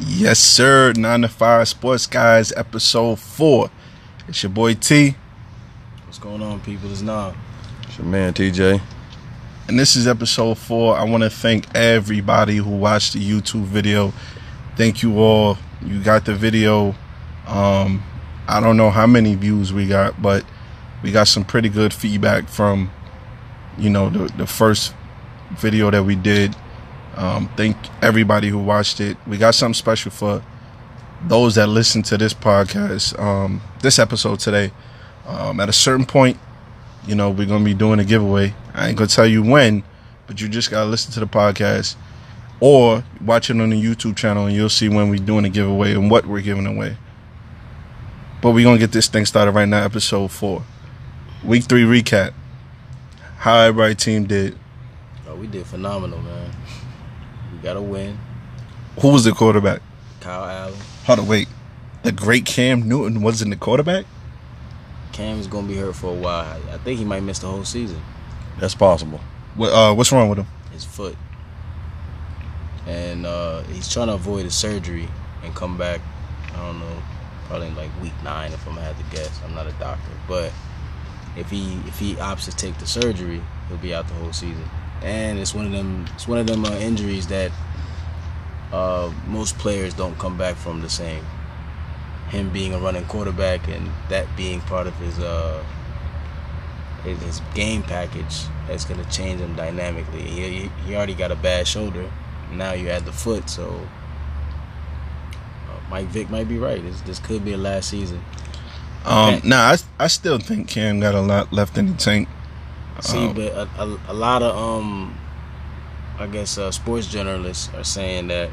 Yes, sir. Nine to five sports guys, episode four. It's your boy T, What's going on, people? It's Nob. It's your man TJ. and this is episode four. I want to thank everybody who watched the YouTube video. Thank you all. You got the video. Um, I don't know how many views we got, but we got some pretty good feedback from, you know, the, the first video that we did. Um, thank everybody who watched it. We got something special for those that listen to this podcast, um, this episode today. Um, at a certain point, you know, we're gonna be doing a giveaway. I ain't gonna tell you when, but you just gotta listen to the podcast or watch it on the YouTube channel, and you'll see when we're doing a giveaway and what we're giving away. But we're gonna get this thing started right now, episode four, week three recap. How everybody team did. Oh, we did phenomenal, man. We got a win. Who was the quarterback? Kyle Allen. Hold on, wait. The great Cam Newton wasn't the quarterback. Cam's gonna be hurt for a while. I think he might miss the whole season. That's possible. What, uh, what's wrong with him? His foot. And uh, he's trying to avoid his surgery and come back. I don't know, probably in like week nine, if I'm gonna have to guess. I'm not a doctor, but if he if he opts to take the surgery, he'll be out the whole season. And it's one of them it's one of them uh, injuries that uh, most players don't come back from the same. Him being a running quarterback and that being part of his uh his, his game package that's gonna change him dynamically. He he already got a bad shoulder. Now you add the foot, so uh, Mike Vick might be right. This this could be a last season. Um, Okay. nah, I, I still think Cam got a lot left in the tank. See, Um, but a, a, a lot of um, I guess uh, sports journalists are saying that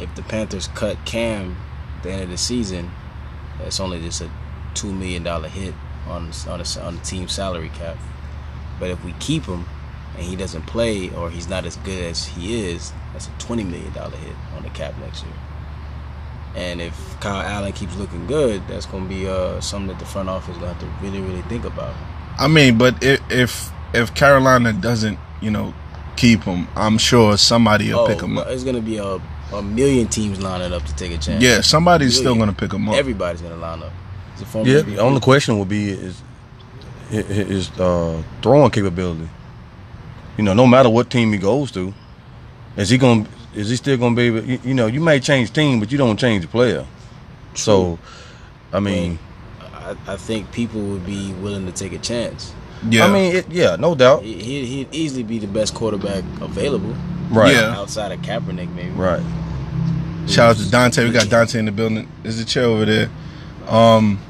if the Panthers cut Cam at the end of the season, it's only just a two million dollar hit on on the, on the team salary cap. But if we keep him and he doesn't play or he's not as good as he is, that's a twenty million dollar hit on the cap next year. And if Kyle Allen keeps looking good, that's going to be uh, something that the front office is going to have to really, really think about. I mean, but if if, if Carolina doesn't, you know, keep him, I'm sure somebody will Oh, pick him up. It's gonna be a, a million teams lining up to take a chance. Yeah, somebody's still Million. gonna pick him up. everybody's gonna line up. It's a form Yeah. of- The only question would be is hi- hi- his uh, throwing capability. You know, no matter what team he goes to, is he going? to Is he still going to be able? You, you know, you may change team, but you don't change the player. So, I mean, I, I think people would be willing to take a chance. yeah, I mean, it, yeah, no doubt. He, he, he'd easily be the best quarterback available Right. Yeah. outside of Kaepernick, maybe. Right. shout out to Dante. We got Dante in the building. There's a chair over there. Um,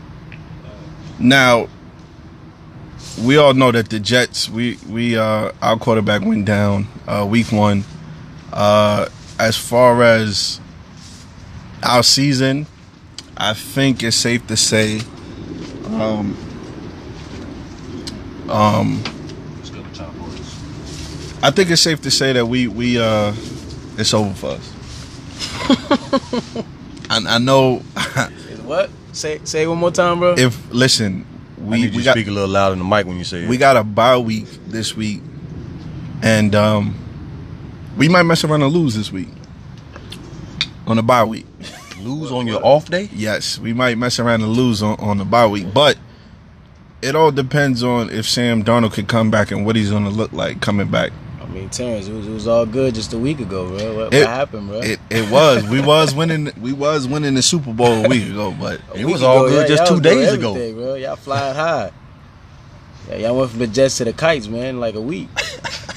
now we all know that the Jets, we we uh, our quarterback went down uh, week one. Uh, as far as our season, I think it's safe to say. Um, um, I think it's safe to say that we we uh, it's over for us. and I know Is what? Say say it one more time, bro. if listen, I need we you we to got speak a little louder in the mic when you say it. we got a bye week this week, and um, we might mess around and lose this week on the bye week. lose on your off day. Yes, we might mess around and lose on, on the bye week, but it all depends on if Sam Darnold could come back and what he's going to look like coming back. I mean, Terrence, it was, it was all good just a week ago, bro. What, It- what happened, bro? It it was we was winning we was winning the Super Bowl a week ago, but A It week was all ago, good yeah, just y'all two was doing days ago. everything, Bro. Y'all flying high. Yeah, y'all went from the Jets to the kites, man, in like a week.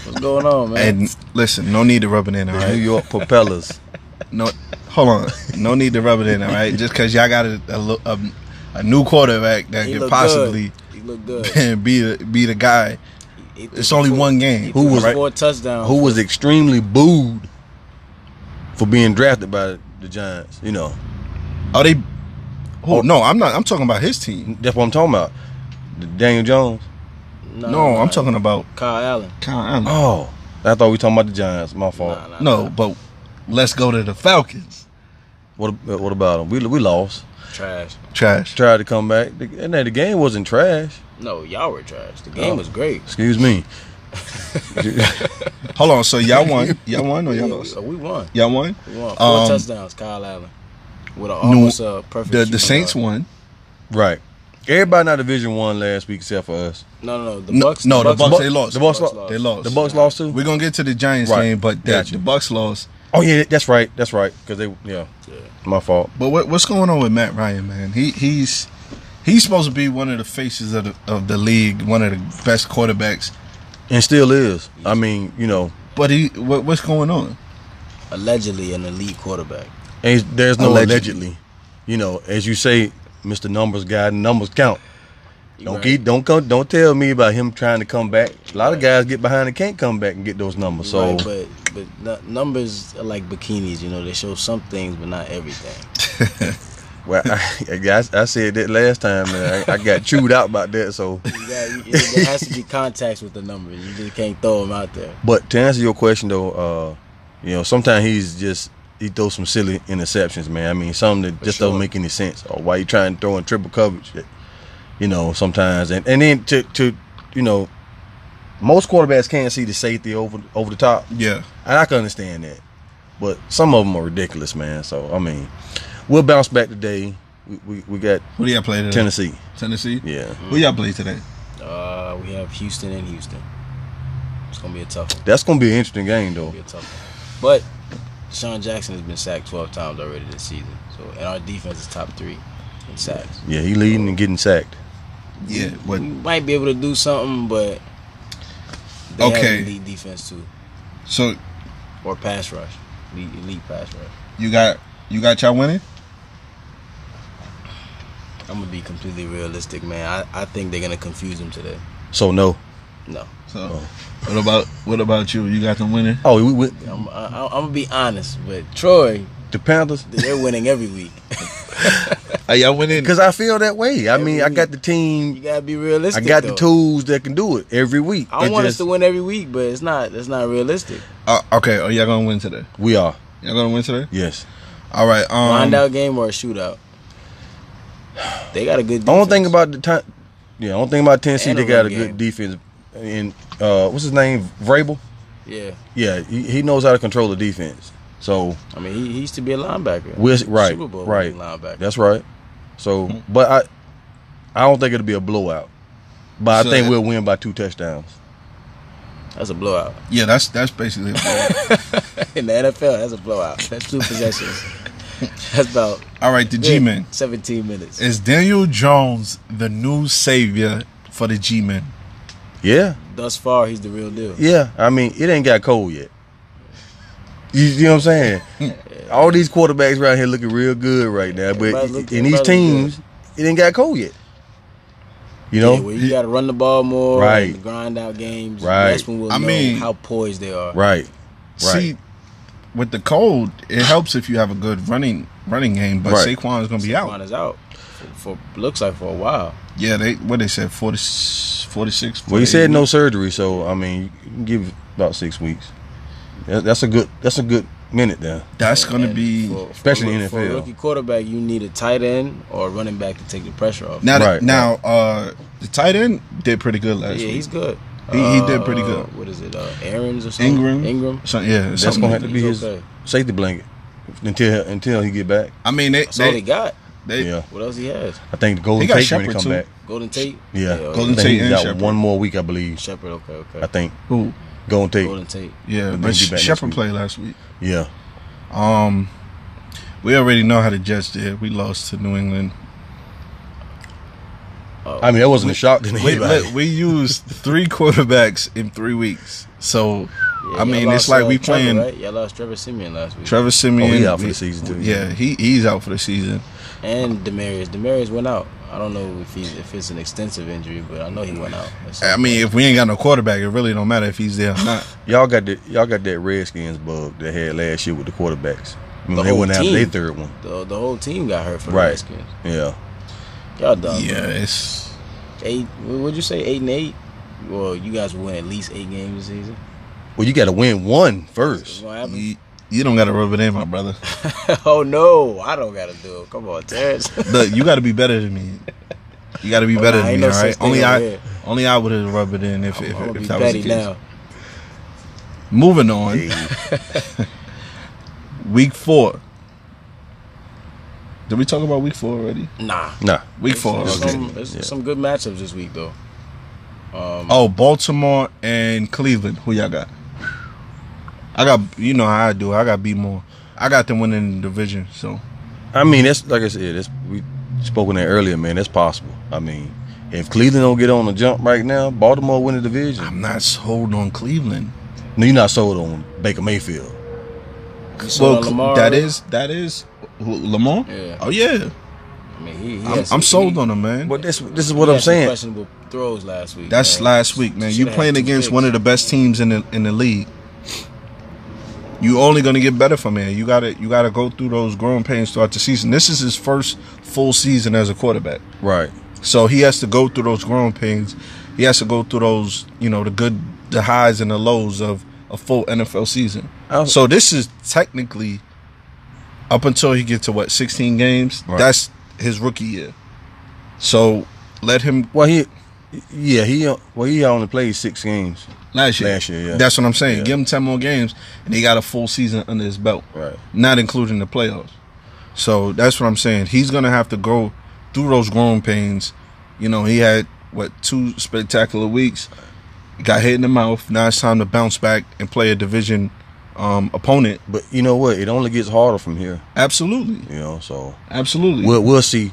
What's going on, man? and listen, no need to rub it in, all The New right? York Propellers. No, hold on, no need to rub it in, all right? Just because y'all got a, a, lo- a, a new quarterback that He could looked possibly. good. He looked good. and be the, be the guy. He threw It's only four- one He game. Who was was- four touchdowns? who was extremely booed for being drafted by the Giants. You know, Are they? Oh no, I'm not. I'm talking about his team. that's what I'm talking about. The Daniel Jones. No, I'm talking about Kyle Allen. Kyle Allen. Oh, I thought we were talking about the Giants. My fault. Nah, nah, no, nah. but let's go to the Falcons. What ab- What about them? We we lost. trash. Trash. Tried to come back. The, and then the game wasn't trash. No, y'all were trash. The game Oh. was great. Excuse me. Hold on. So y'all won. Y'all won or Oh, y'all Yeah, lost? so we won. Y'all won. We won four Um, touchdowns. Kyle Allen with an almost uh, perfect. The shooting the Saints guard. won. right. Everybody in our division won last week except for us. No, no, no. The No, Bucks. no, the Bucks, Bucks- they lost. the Bucks lost. They lost. The Bucks lost too. We're gonna get to the Giants Right. game, but that, Gotcha. the Bucks lost. Oh yeah, that's right. That's right. Because they yeah, Yeah. my fault. But what, what's going on with Matt Ryan, man? He he's he's supposed to be one of the faces of the, of the league, one of the best quarterbacks. And still is. I mean, you know, But he what, what's going on? Allegedly an elite quarterback. and there's no Allegedly. allegedly. You know, as you say, Mr. Numbers guy, numbers count. Don't Right. keep, don't come, don't tell me about him trying to come back. A lot of guys get behind and can't come back and get those numbers. So Right, but but nu- numbers are like bikinis. You know, they show some things, but not everything. Well, I, I, guess I said that last time, and I, I got chewed out about that. So, You got, you, there has to be contacts with the numbers. You just can't throw them out there. but to answer your question though, uh, you know, sometimes he's just he throws some silly interceptions, man. I mean, something that For just sure. don't make any sense. Or why you trying to throw in triple coverage? That, you know, sometimes and and then to to you know, most quarterbacks can't see the safety over over the top. Yeah, And I can understand that. But some of them are ridiculous, man. So I mean, we'll bounce back today. We we, we got who do y'all play Mm-hmm. today? Tennessee. Tennessee. Yeah. Who y'all play today? Uh, we have Houston and Houston. It's gonna be a tough one. That's gonna be an interesting game though. It's gonna be a tough one. But Sean Jackson has been sacked 12 times already this season. So and our defense is top three in sacks. Yeah, he leading and getting sacked. Yeah, We what? might be able to do something, but they Okay. have elite defense too, So or pass rush, elite, elite pass rush. you got you got y'all winning. I'm gonna be completely realistic, man. I, I think they're gonna confuse them today. So no. No, So Oh. what about what about you? You got them winning. Oh, we, we, I'm, I, I'm gonna be honest, but Troy, the Panthers. they're winning every week. Are y'all winning? Because I feel that way. I Every mean, I got the You team. gotta be I realistic. got the though. tools that can do it every week. I It want us just- to win every week, but it's not. It's not realistic. Uh, okay, are y'all gonna win today? We are. Y'all gonna win today? Yes. All right. Um, Blind out game or a shootout. They got a good. Defense. I don't think about the time. Yeah, I don't think about Tennessee. And a They got a run good defense. And uh, what's his name? Vrabel. Yeah, Yeah, he, he knows how to control the defense. So I mean, he, he used to be a linebacker. we're right, Super Bowl right. linebacker. That's right. So, but I, I don't think it'll be a blowout. But So I think that- we'll win by two touchdowns. that's a blowout yeah, that's that's basically. It. in the NFL. That's a blowout. That's two possessions. That's about All right, the G-men. Seventeen minutes. Is Daniel Jones the new savior for the G-men? Yeah, Thus far, he's the real deal. yeah. I mean, it ain't got cold yet. You, you know what I'm saying? All these quarterbacks right here looking real good right now, but Everybody look- in these everybody look teams, it ain't got cold yet. You know, Yeah, where you got to run the ball more, Right. and grind out games. Right. That's when we'll I know mean- how poised they are. right? See, with the cold, it helps if you have a good running running game. But Right. Saquon's gonna be Saquon out. is out for, for looks like for a while. Yeah, they what they said 40, 46 Well, 48. he said no surgery, so I mean, you can give about six weeks. That- That's a good. That's a good minute there. That's gonna And be for- for especially a in rook- For a NFL. rookie quarterback, you need a tight end or a running back to take the pressure off. now. Right, now, uh, the tight end did pretty good last yeah, week. he's good. He- he did pretty good. Uh, What is it? Uh, Aaron's or something? Ingram, Ingram. So, yeah, That's something gonna like have that. to be He's his okay. safety blanket until until he get back. I mean, they That's all he they, got. they yeah, What else he has? I think the He Golden got Tate when he Shepard, come too. back. Golden Tate. Yeah, Golden I think Tate he's and out Shepard. one more week, I believe. Shepard. Okay. Okay. I think who Golden Tate. Golden Tate. yeah, but But they'll be back next Shepard week. played last week. Yeah, Um, we already know how the Jets did. We lost to New England. Oh, I mean that wasn't a shock to We, anybody. look, we used three quarterbacks in three weeks, so yeah, I y'all mean lost, it's like uh, we Trevor, playing Right? Y'all lost Trevor Simeon last week. Trevor Simeon. Oh, he out for we- the season, too. Yeah, he he's out for the season. and Demarius. Demarius went out. I don't know if he's if it's an extensive injury, but I know he went out. That's- I mean, if we ain't got no quarterback, it really don't matter if he's there or not. y'all got that. Y'all got that Redskins bug they had last year with the quarterbacks. I mean, The they whole went after team. their third one. the, the whole team got hurt for the Right. Redskins. Yeah, Y'all done. yeah, bro. it's Eight. what- What'd you say? Eight and eight. Well, you guys win at least eight games this season. well, you got to win one It's first. gonna happen. you, you don't got to rub it in, my brother. oh no, I don't gotta do it. Come on, Terrence. Look, you got to be better than me. You got to be better Nah, than me, ain't no all such right? thing Only over I here. Only I would have rubbed it in if, I'm if, gonna if be that was the petty case. now. Moving on. week four. Did we talk about week four already? Nah. Nah. Week There's- four. There's, okay. some, there's Yeah. some good matchups this week though. Um, Oh, Baltimore and Cleveland. Who y'all got? I got. You know how I do. I got B more. I got them winning the division. So I mean, that's like I said. That's we spoken that earlier, man. That's possible. I mean, if Cleveland don't get on the jump right now, Baltimore win the division. I'm not sold on Cleveland. No, you're not sold on Baker Mayfield. you saw Well, Lamar- that is that is who, Lamar. Yeah. Oh yeah. I mean, he, he I'm, had some- I'm sold he- on him, man. But this this is he what had I'm some saying. Questionable throws last week. That's man. last week, man. You Should've had playing two against picks. one of the best teams in the in the league. You only gonna get better from here. You gotta you gotta go through those growing pains throughout the season. This is his first full season as a quarterback. Right. So he has to go through those growing pains. He has to go through those, you know, the good the highs and the lows of a full NFL season. Oh. So this is technically up until he gets to what, sixteen games? Right. That's his rookie year. So let him Well, he, yeah, he well he only played six games. Last year. Last year, yeah. That's what I'm saying. Yeah. Give him 10 more games, and he got a full season under his belt, Right. not including the playoffs. So that's what I'm saying. He's going to have to go through those growing pains. You know, he had, what, two spectacular weeks, got hit in the mouth. Now it's time to bounce back and play a division um, opponent. But you know what? It only gets harder from here. Absolutely. You know, so Absolutely. we'll we'll see.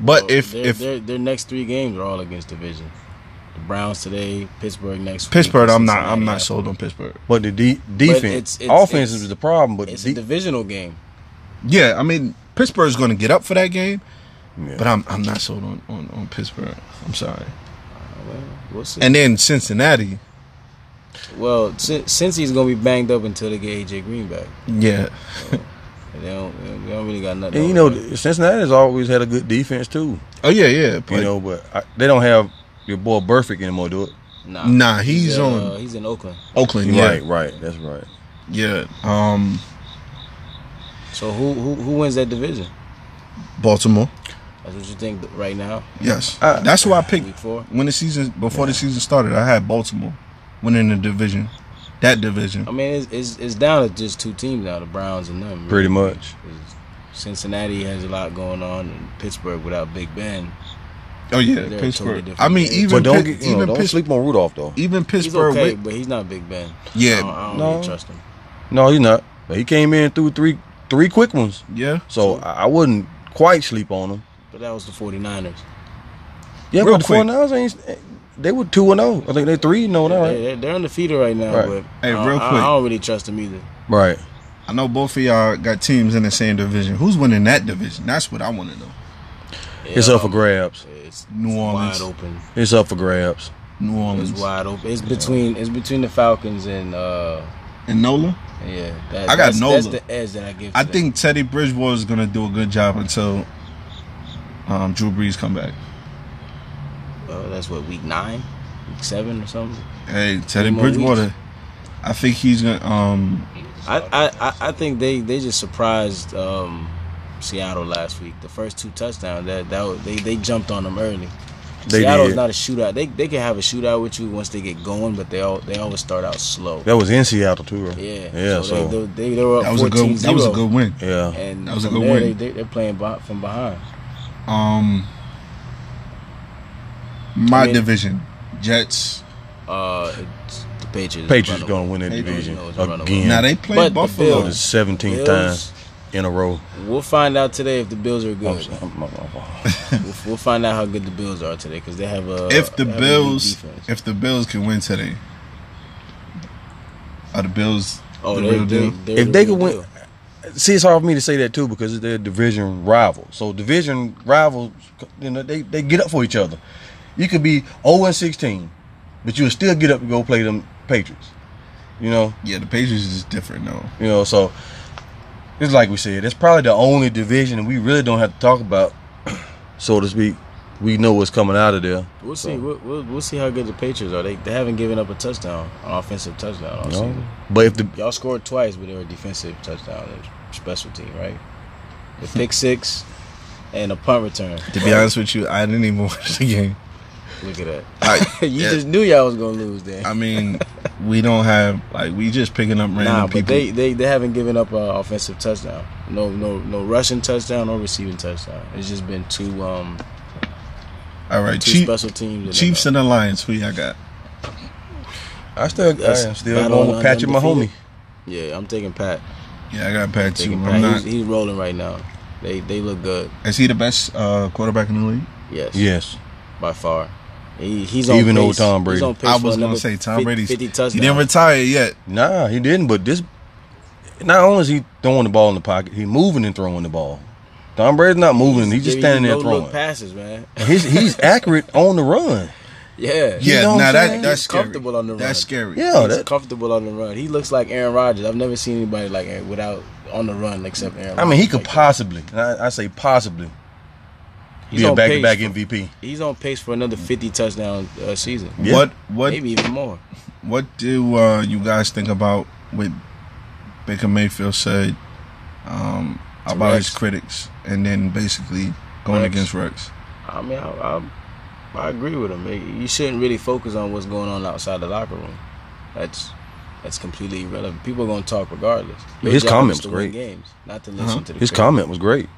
but So if, their, if their, their next three games are all against division, the Browns today, Pittsburgh next. week, Pittsburgh, I'm not, Cincinnati I'm not after. sold on Pittsburgh. But the de- defense, it's- it's- offense it's- is the problem. But It's de- a divisional game. Yeah, I mean, Pittsburgh's going to get up for that game, yeah. but I'm, I'm not sold on, on, on Pittsburgh. I'm sorry. Well, we'll see. And then Cincinnati. well, Cin- Cincy's gonna be banged up until they get AJ Green back. Yeah. And they don't, they don't really got nothing. and you over know, there. Cincinnati's always had a good defense too. Oh yeah, yeah. But You know, but I, they don't have your boy Burfict anymore. Do it. nah, Nah, he's uh, on- he's in Oakland. Oakland, yeah, Right. Right. That's right. yeah. Um, So who who who wins that division? Baltimore. That's what you think th- right now. Yes, Uh, that's who I Week picked four. when the season before the season started. I had Baltimore winning the division, that division. I mean, it's, it's it's down to just two teams now, the Browns and them. Pretty much. 'Cause Cincinnati has a lot going on, and Pittsburgh without Big Ben. Oh yeah, They're a totally Pittsburgh. different I mean, team. even But Pitt- don't get, you know, even don't Pittsburgh, sleep on Rudolph though. even He's Pittsburgh. okay, with- but he's not Big Ben. I don't, yeah, I don't No. really trust him. No, he's not. But he came in through three three quick ones. yeah. So I I wouldn't quite sleep on him. But that was the 49ers. Yeah, Real but the quick. 49ers ain't eh, they were two and zero. I think they three and zero now, right? They, are undefeated right now, Right. but Hey, I don't- real I, quick. I don't really trust him either. Right. I know both of y'all got teams in the same division. Who's winning that division? That's what I want to know. It's Yeah, up for um, grabs. It's New Orleans. wide open. It's up for grabs. New Orleans It's wide open. It's between it's between the Falcons and uh and Nola. yeah. That, I got that's, that's Nola. the edge that I give. To I them. think Teddy Bridgewater is gonna do a good job until um, Drew Brees come back. uh, that's what week nine, week seven or something. Hey, Teddy Three more Bridgewater. I think he's gonna. Um, I, I, I- I think they, they just surprised um, Seattle last week. The first two touchdowns that that was, they they jumped on them early. They Seattle's did. not a shootout. They they can have a shootout with you once they get going, but they all they always start out slow. That was in Seattle too. right? Yeah, Yeah. So, they, they, they, they were up that was a good. That was a good win. yeah. And That was a from good there, win. They, they, they're playing beh- from behind. Um, my I mean- division, Jets. Uh, it's the Patriots. Patriots runaway. gonna win that They division don't know it's a again. Now they But played the Buffalo. for the Bills- seventeenth time Bills, in a row. We'll find out today if the Bills are I'm good. sorry, I'm- I'm- I'm- We'll, we'll find out how good the Bills are today because they have a. if the they have a good Bills, defense. if the Bills can win today, are the Bills Oh, the they, real deal? They, If they could win, see, it's hard for me to say that too because they're division rival. So division rivals, you know, they, they get up for each other. You could be 0 and 16, but you'll still get up and go play them Patriots. You know, yeah, the Patriots is different though. you know. So it's like we said, it's probably the only division we really don't have to talk about, so to speak. We know what's coming out of there. we'll So, see. We'll, we'll, we'll see how good the Patriots are. They they haven't given up a touchdown, an offensive touchdown all you know. season. But if the Y'all scored twice, but they were a defensive touchdown, a special team, right? The pick six and a punt return. To be honest with you, I didn't even watch the game. Look at that. Like, you yeah. just knew y'all was gonna lose then. I mean, we don't have like we just picking up random nah, but people. they, they they haven't given up an offensive touchdown. No no no rushing touchdown, no receiving touchdown. It's just been two um All right, two Chief, special teams. and Chiefs then, and the Lions. Who y'all got? I still, That's I am still battle going with Patrick, my homie. undefeated. uh, yeah, I'm taking Pat. Yeah, I got Pat too. Taking I'm Pat. He's, not. he's rolling right now. They they look good. Is he the best uh, quarterback in the league? Yes. Yes, By far. He, he's on Even pace. old Tom Brady. He's on pace I for was gonna another say Tom fif- Brady. Fifty touchdowns. He didn't retire yet. nah, he didn't. But this, not only is he throwing the ball in the pocket, he moving and throwing the ball. Tom Brady's not moving; he's just giving you standing there no-look throwing. passes, man. He's he's accurate on the run. yeah. You yeah, know what now I'm that saying? that's He's scary. comfortable on the run. That's scary. Yeah, he's Oh, that, comfortable on the run. He looks like Aaron Rodgers. I've never seen anybody like Aaron without on the run except Aaron. I mean, he Rodgers could like that. possibly, I, I say possibly, He's be a on pace back-to-back for- MVP. He's on pace for another fifty touchdown uh, season, Yeah. What what maybe even more. what do uh, you guys think about what Baker Mayfield said um, about Rex. his critics, and then basically going Rex. against Rex? I mean, I, I, I agree with him. You shouldn't really focus on what's going on outside the locker room. That's that's completely irrelevant. People are gonna talk regardless. Your His job is comment to was win great. games, not to listen Uh-huh. to the His critics. comment was great.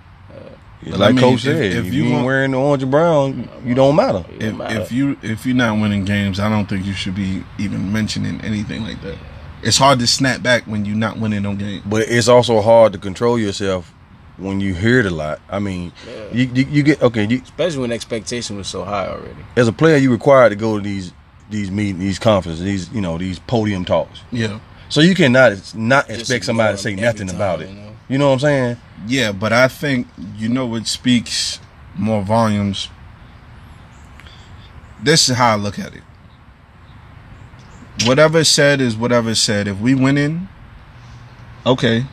But like I mean, Coach if- said, if if, you you, ain't want- wearing the orange and brown, you don't matter. It don't If, matter. if you if you're not winning games, I don't think you should be even mentioning anything like that. It's hard to snap back when you're not winning no game. But it's also hard to control yourself when you hear it a lot. I mean, Yeah. you, you, you get okay. You, especially when expectation was so high already. as a player, you required to go to these these meetings, these conferences, these you know these podium talks. Yeah, So you cannot not Just expect somebody ignore to say him nothing every about time, it. you know? You know what I'm saying? yeah, but I think you know what speaks more volumes. This is how I look at it. Whatever is said is whatever is said. If we winning, okay,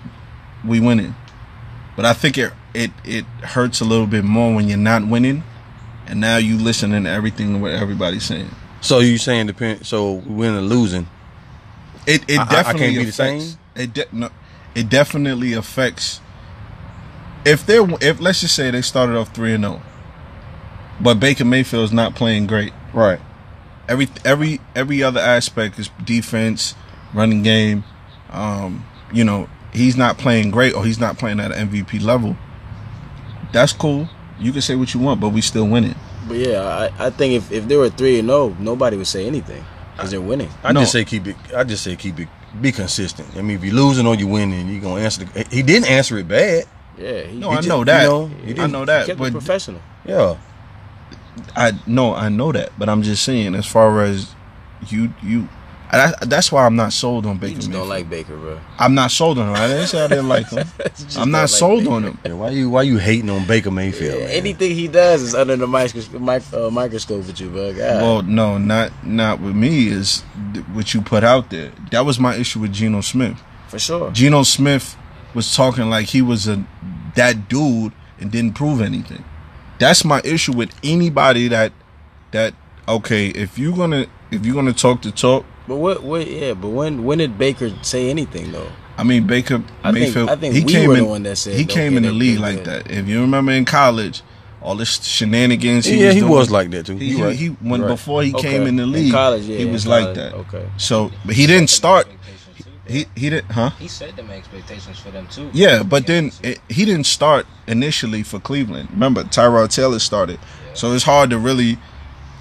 we winning. But I think it it it hurts a little bit more when you're not winning, and now you listening to everything what everybody's saying. So you saying depend? So winning and losing. It it I- I- I definitely can't be the affects, same? It de- no, it definitely affects. If they're if let's just say they started off three and zero, but Baker Mayfield's not playing great. Right. Every every every other aspect is defense, running game. Um, you know he's not playing great or he's not playing at an MVP level. That's cool. You can say what you want, but we still winning. But yeah, I, I think if, if there were three and no, nobody would say anything because they're winning. I No. just say keep it. I just say keep it. Be consistent. I mean, if you're losing or you're winning, you're gonna answer. The, he didn't answer it bad. Yeah, he, No, he I ju- know you that. know, he I didn't- know kept that, it but professional. Yeah. I no, I know that, but I'm just saying as far as you you. I, that's why I'm not sold on You Baker just Mayfield. don't like Baker, bro. I'm not sold on him. I didn't say I didn't like him. just I'm don't not like sold Baker. on him. Yeah, why you why you hating on Baker Yeah, Mayfield? man? anything he does is under the microscope, mic, uh, microscope with you, bro. God. Well, no, not not with me. Is th- what you put out there. That was my issue with Geno Smith. for sure. Geno Smith was talking like he was a that dude and didn't prove anything. That's my issue with anybody that that okay. If you're gonna if you're gonna talk the talk, But what? What? Yeah. But when? When did Baker say anything though? I mean Baker I think- Mayfield. I think he we came were in. the one that said, he came okay, in the they league did like that. that. If you remember in college, all this shenanigans. yeah, he doing- was like that too. He, You right. he You when right. before he Okay. came in the In league, college, yeah, he in was like college, that. okay. So, but he didn't start. He He, he didn't, huh? he set them expectations for them too. Yeah, but then it, he didn't start initially for Cleveland. Remember, Tyrod Taylor started, so it's hard to really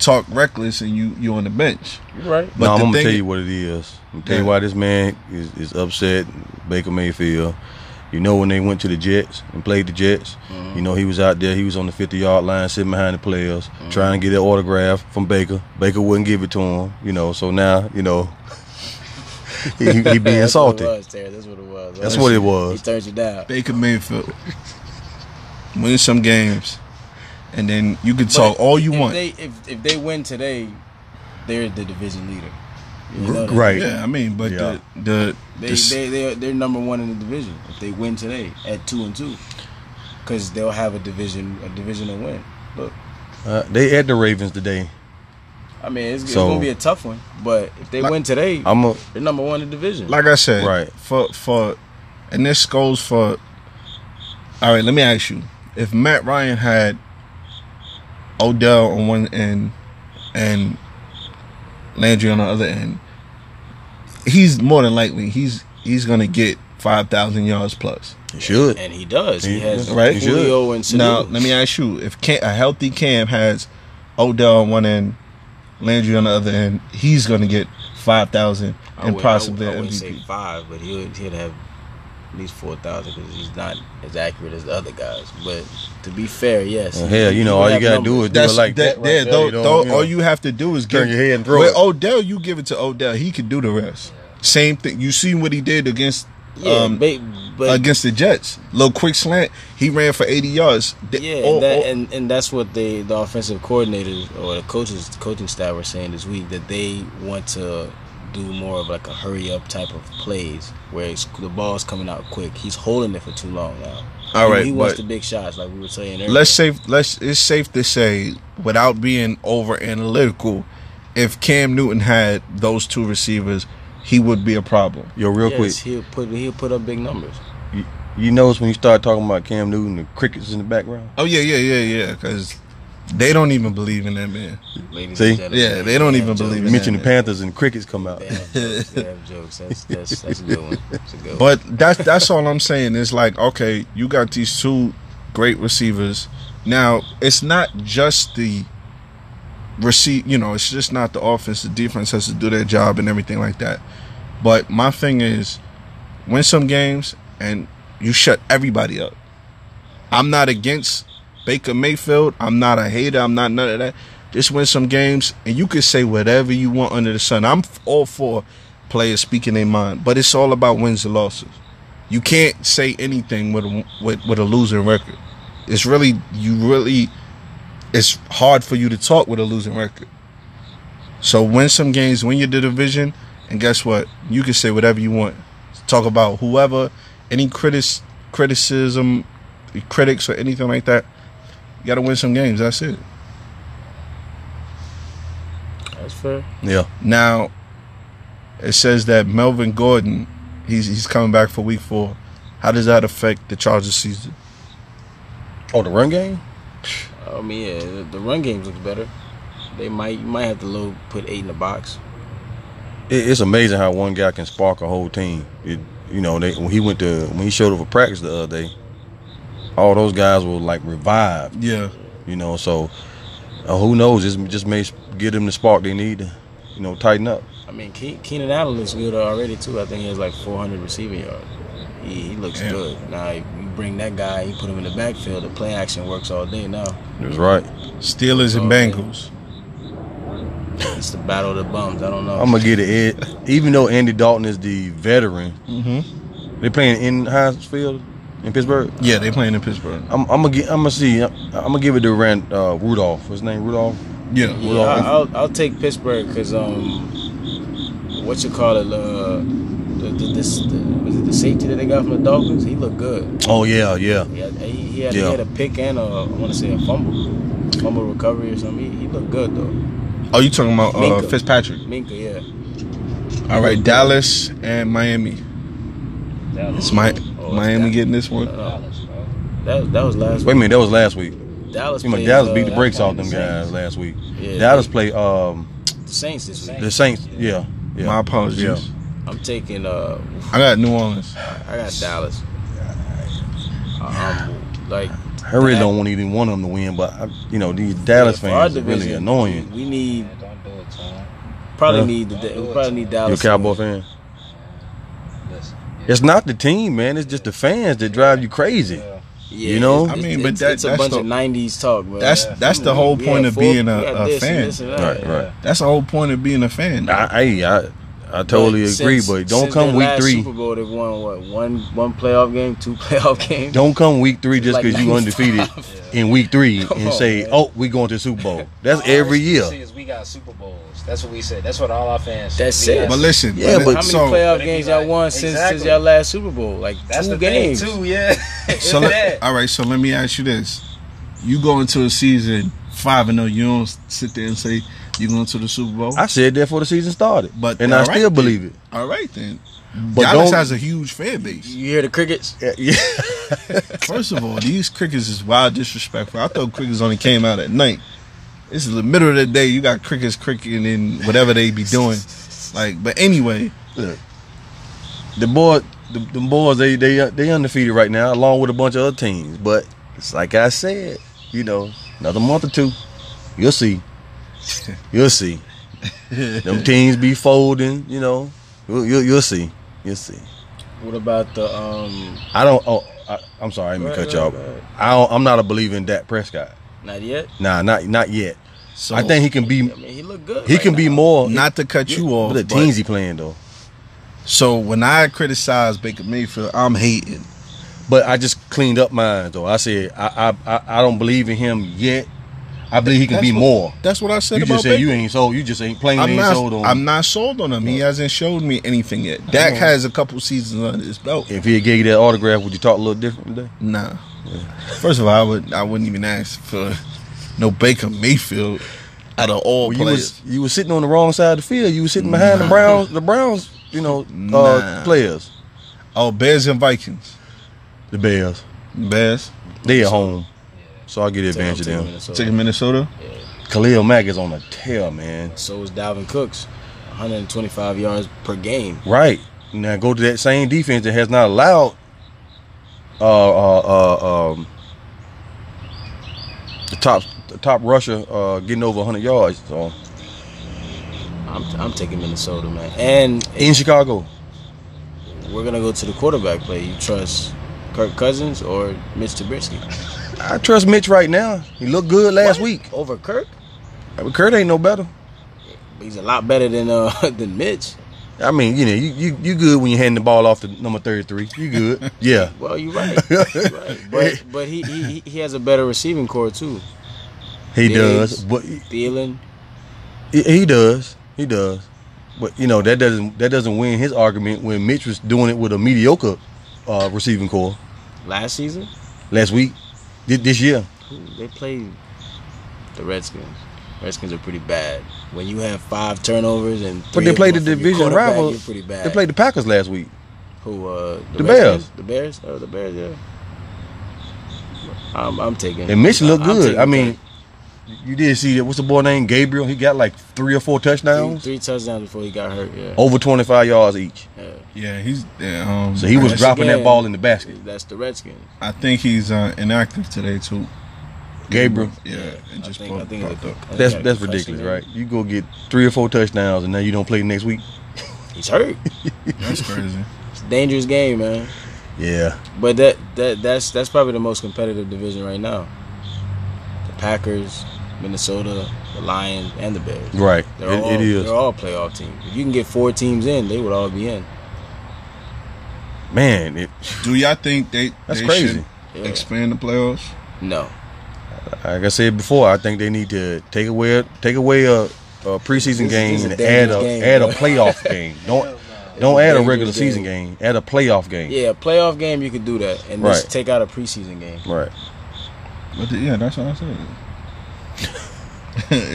talk reckless and you you on the bench. You right. but no, the I'm gonna thing- tell you what it is. I'm gonna tell you Yeah. why this man is, is upset. Baker Mayfield. You know when they went to the Jets and played the Jets. Mm-hmm. You know he was out there. He was on the 50 yard line, sitting behind the players, Mm-hmm. trying to get an autograph from Baker. Baker wouldn't give it to him. You know, so now you know he, he- he being That's what it salty. was, Terry. That's what it was. That's what it He was. turns you down. Baker Mayfield win some games, and then you can talk But all you if want. They, if if they win today, they're the division leader. You know that. Right. yeah, I mean, but Yeah. the the, They, the s- they they they're number one in the division if they win today at two and two, because they'll have a division a divisional win. Look, Uh, they at the Ravens today. I mean it's, it's So- gonna be a tough one, but if they Like- win today, I'm a they're number one in the division. like I said, Right. For for, and this goes for. All right, let me ask you: If Matt Ryan had Odell on one end and Landry on the other end, he's more than likely he's he's gonna get five thousand yards plus. It should. And he does. He He- has right? He should. Julio and Sanu. Now let me ask you: If Cam, a healthy Cam has Odell on one end, Landry on the other end, he's gonna get five thousand I and would- I possibly would, I wouldn't say MVP. five, but he'll he'd have at least four thousand because he's not as accurate as the other guys. But to be fair, yes. Uh, Well, hell, you know, all you gotta do is do it That's like that. that. right there, there, though, you know, though, oh, you know. all you have to do is Turn give your head and throw With it. Odell, you give it to Odell. He can do the rest. Same thing. You seen what he did against yeah, um, ba- but against the Jets. Little quick slant. He ran for eighty yards. Oh, Th- yeah, all- and, that, all- and and that's what they the offensive coordinators or the coaches coaching staff were saying this week that they want to do more of like a hurry up type of plays where it's, the ball's coming out quick. He's holding it for too long now. All And right, he wants but- the big shots like we were saying earlier. let's safe let's it's safe to say without being over analytical if cam newton had those two receivers he would be a problem Yo, real quick, yes, he'll put he'll put up big numbers. you notice when you start talking about Cam Newton, the crickets in the background. oh yeah yeah yeah yeah because they don't even believe in that man Ladies See? and gentlemen, Yeah, they don't have even jokes. believe You it. mention the Panthers and the crickets come out. They have jokes. They have jokes. That's that's that's a good one. That's a good one. but that's that's all i'm saying is like okay you got these two great receivers now it's not just the receive you know it's just not the offense the defense has to do their job and everything like that but my thing is win some games and you shut everybody up. I'm not against Baker Mayfield. I'm not a hater. I'm not none of that. Just win some games and you can say whatever you want under the sun. I'm f- all for players speaking their mind, but it's all about wins and losses. You can't say anything with a, with, with a losing record. It's really you really it's hard for you to talk with a losing record. So win some games, win your division, and guess what? You can say whatever you want. Talk about whoever, any critis criticism, critics or anything like that. You gotta win some games. That's it. That's fair. Yeah. Now, it says that Melvin Gordon, he's he's coming back for Week Four. How does that affect the Chargers season? Oh, the run game? I mean, yeah, the- the run game looks better. They might you might have to load put eight in the box. It, it's amazing how one guy can spark a whole team. It, you know, they when he went to when he showed up for practice the other day, all those guys were like revived. Yeah, You know, so uh, who knows? It just may get them the spark they need to, you know, tighten up. I mean, Ke- Keenan Allen looks good already too. I think he has like 400 receiving yards. He, he looks Yeah. good. Now you bring that guy, you put him in the backfield. The play action works all day now. That's right. Steelers and Okay. Bengals. It's the battle of the bums. I don't know. I'm gonna get it. Ed- Even though Andy Dalton is the veteran, Mm-hmm. they playing in Heinz Field in Pittsburgh. Yeah, they playing in Pittsburgh. I'm, I'm gonna get. I'm gonna see. I'm, gonna give it to Rand uh, Rudolph. What's his name? Rudolph. Yeah, Yeah, I'll, I'll, I'll take Pittsburgh because um, what you call it? Uh, the, the, this the, was it the safety that they got from the Dolphins? He looked good. Oh yeah, yeah. He had, he, he had, Yeah. he had a pick and a, I want to say a fumble, fumble recovery or something. He, he looked good though. Oh, you talking about uh, Minka. Fitzpatrick? Minka, yeah. All right, Dallas and Miami. Dallas. It's my Oh, it's Miami Dallas. Uh, getting this one. Dallas, bro. That that was last. Wait a minute. That was last week. week. Dallas. You know, plays, Dallas uh, beat the brakes off them the guys Saints. last week. Yeah, Dallas they- play um the Saints this week. the Saints. Yeah. yeah. My apologies. Yeah. I'm taking. Uh, I got New Orleans. I got Dallas. Um, like I really don't want either one of them to win, but I, you know these Dallas for our fans are really division, annoying. We need Yeah, don't do it, Tom. probably Huh? need the, we probably need You a Dallas. Cowboy fan? Listen. It's not the team, man. It's just the fans that drive you crazy. Yeah. Yeah, You know? it's- I mean, it's- but it's- that- it's a that's bunch the- of '90s talk, bro. That's that's the whole We point had of four- being we a, had a this and fan. this and that. Right, right. That's the whole point of being a fan. I, hey, I, I totally But agree, since- but don't since come their week last three. Super Bowl, they won what one one playoff game, two playoff games. Don't come week three just Like because you 95. undefeated in week three Come and on, say, man. "Oh, we going to the Super Bowl." That's All every we year. see is we got Super Bowls. That's what we said. That's what all our fans. said. That's We it. got but listen, Yeah, but, but- How many so playoff But it be games y'all like- won since since Exactly. y'all last Super Bowl? Like That's two the games. thing too. Yeah. so It's let, that. all right. So let me ask you this: You go into a season five and oh, you don't sit there and say you going to the Super Bowl. I said that before the season started, But and all I right still then. believe it. all right then. But Dallas don't- has a huge fan base. You hear the crickets? Yeah, yeah. First of all, these crickets is wild disrespectful. I thought crickets only came out at night. This is the middle of the day. You got crickets cricketing and whatever they be doing. Like, but anyway, Look, the boy, the, the boys, they they they undefeated right now, along with a bunch of other teams. But it's like I said, you know, another month or two, you'll see, you'll see. Them teams be folding, you know. You'll, you'll, you'll see, you'll see. What about the um? I don't. Oh, I, I'm sorry, I didn't mean to cut y'all. I don't, I'm not a believer in Dak Prescott. Not yet. Nah, not not yet. so I think he can I be. mean, he look good. He right can be now. more. not to cut you off. But but- the teams he playing though. So when I criticize Baker Mayfield, I'm hating. But I just cleaned up mine though. I said I I I, I don't believe in him yet. I believe he can That's be what- more. That's what I said You about just said Baker. you ain't sold. You just ain't playing. I'm ain't not. sold on. I'm not sold on him. He hasn't showed me anything yet. Dak has a couple seasons under his belt. if he had gave you that autograph, would you talk a little different today? Nah. First of all, I would. I wouldn't even ask for no Baker Mayfield out of all Well, you Oh, players. was you was sitting on the wrong side of the field. You was sitting behind the Browns. The Browns, you know, uh, Nah. players. oh, Bears and Vikings. The Bears. Bears. They at home, so I'll get the Take him advantage of to them. Minnesota. Taking Minnesota. Khalil Mack is on the tail, man. So is Dalvin Cooks, 125 yards per game. Right. Now go to that same defense that has not allowed uh uh uh um the top the top rusher uh getting over 100 yards so I'm, I'm taking Minnesota, man. And in Chicago. we're gonna go to the quarterback play. You trust Kirk Cousins or Mitch Trubisky? I trust Mitch right now. He looked good last What? week. over Kirk. But Kurt ain't no better. He's a lot better than uh than Mitch. I mean, you know, you, you, you good when you're handing the ball off to number 33. You good. yeah. Well, you're right. You're right. But but he, he he has a better receiving core too. He Diggs. does. But he, Thielen, he does. He does. But you know, that doesn't that doesn't win his argument when Mitch was doing it with a mediocre uh, receiving core. last season last week, thi- this year. who- they played the Redskins. Redskins are pretty bad. When you have five turnovers and But three they of played the them are from your division quarterback, rival. you're pretty bad. They played the Packers last week. Who? Uh, The Redskins? The Bears? Oh, the Bears. Yeah. I'm, I'm taking. And Mitch looked I'm good. taking I mean, you did see that. What's the boy named Gabriel? He got like three or four three, touchdowns, three touchdowns before he got hurt. Yeah. over twenty five yards each. yeah. Yeah, he's. yeah, Um, So he was I- dropping again- that ball in the basket. That's the Redskins. I think he's uh, inactive today too. Mm-hmm. Gabriel. Yeah, it I just think, I popped, think popped it's- up. I think That's it's that's a ridiculous, concussion. right? You go get three or four touchdowns, and now you don't play next week. He's hurt. That's crazy. It's a dangerous game, man. Yeah, But that that that's that's probably the most competitive division right now. The Packers, Minnesota, the Lions, and the Bears. right. They're It, all, it is, They're all playoff teams. If you can get four teams in, they would all be in. man. It, Do y'all think they? that's they crazy. Should Yeah. Expand the playoffs. No. Like I said before, I think they need to take away take away a, a preseason This- game this is a and add a dangerous game, add a bro. playoff game. Don't no. don't It's a add a dangerous regular game. season game. Add a playoff game. Yeah, a playoff game you could do that, and just Right. take out a preseason game. Right. But the, yeah, that's what I said.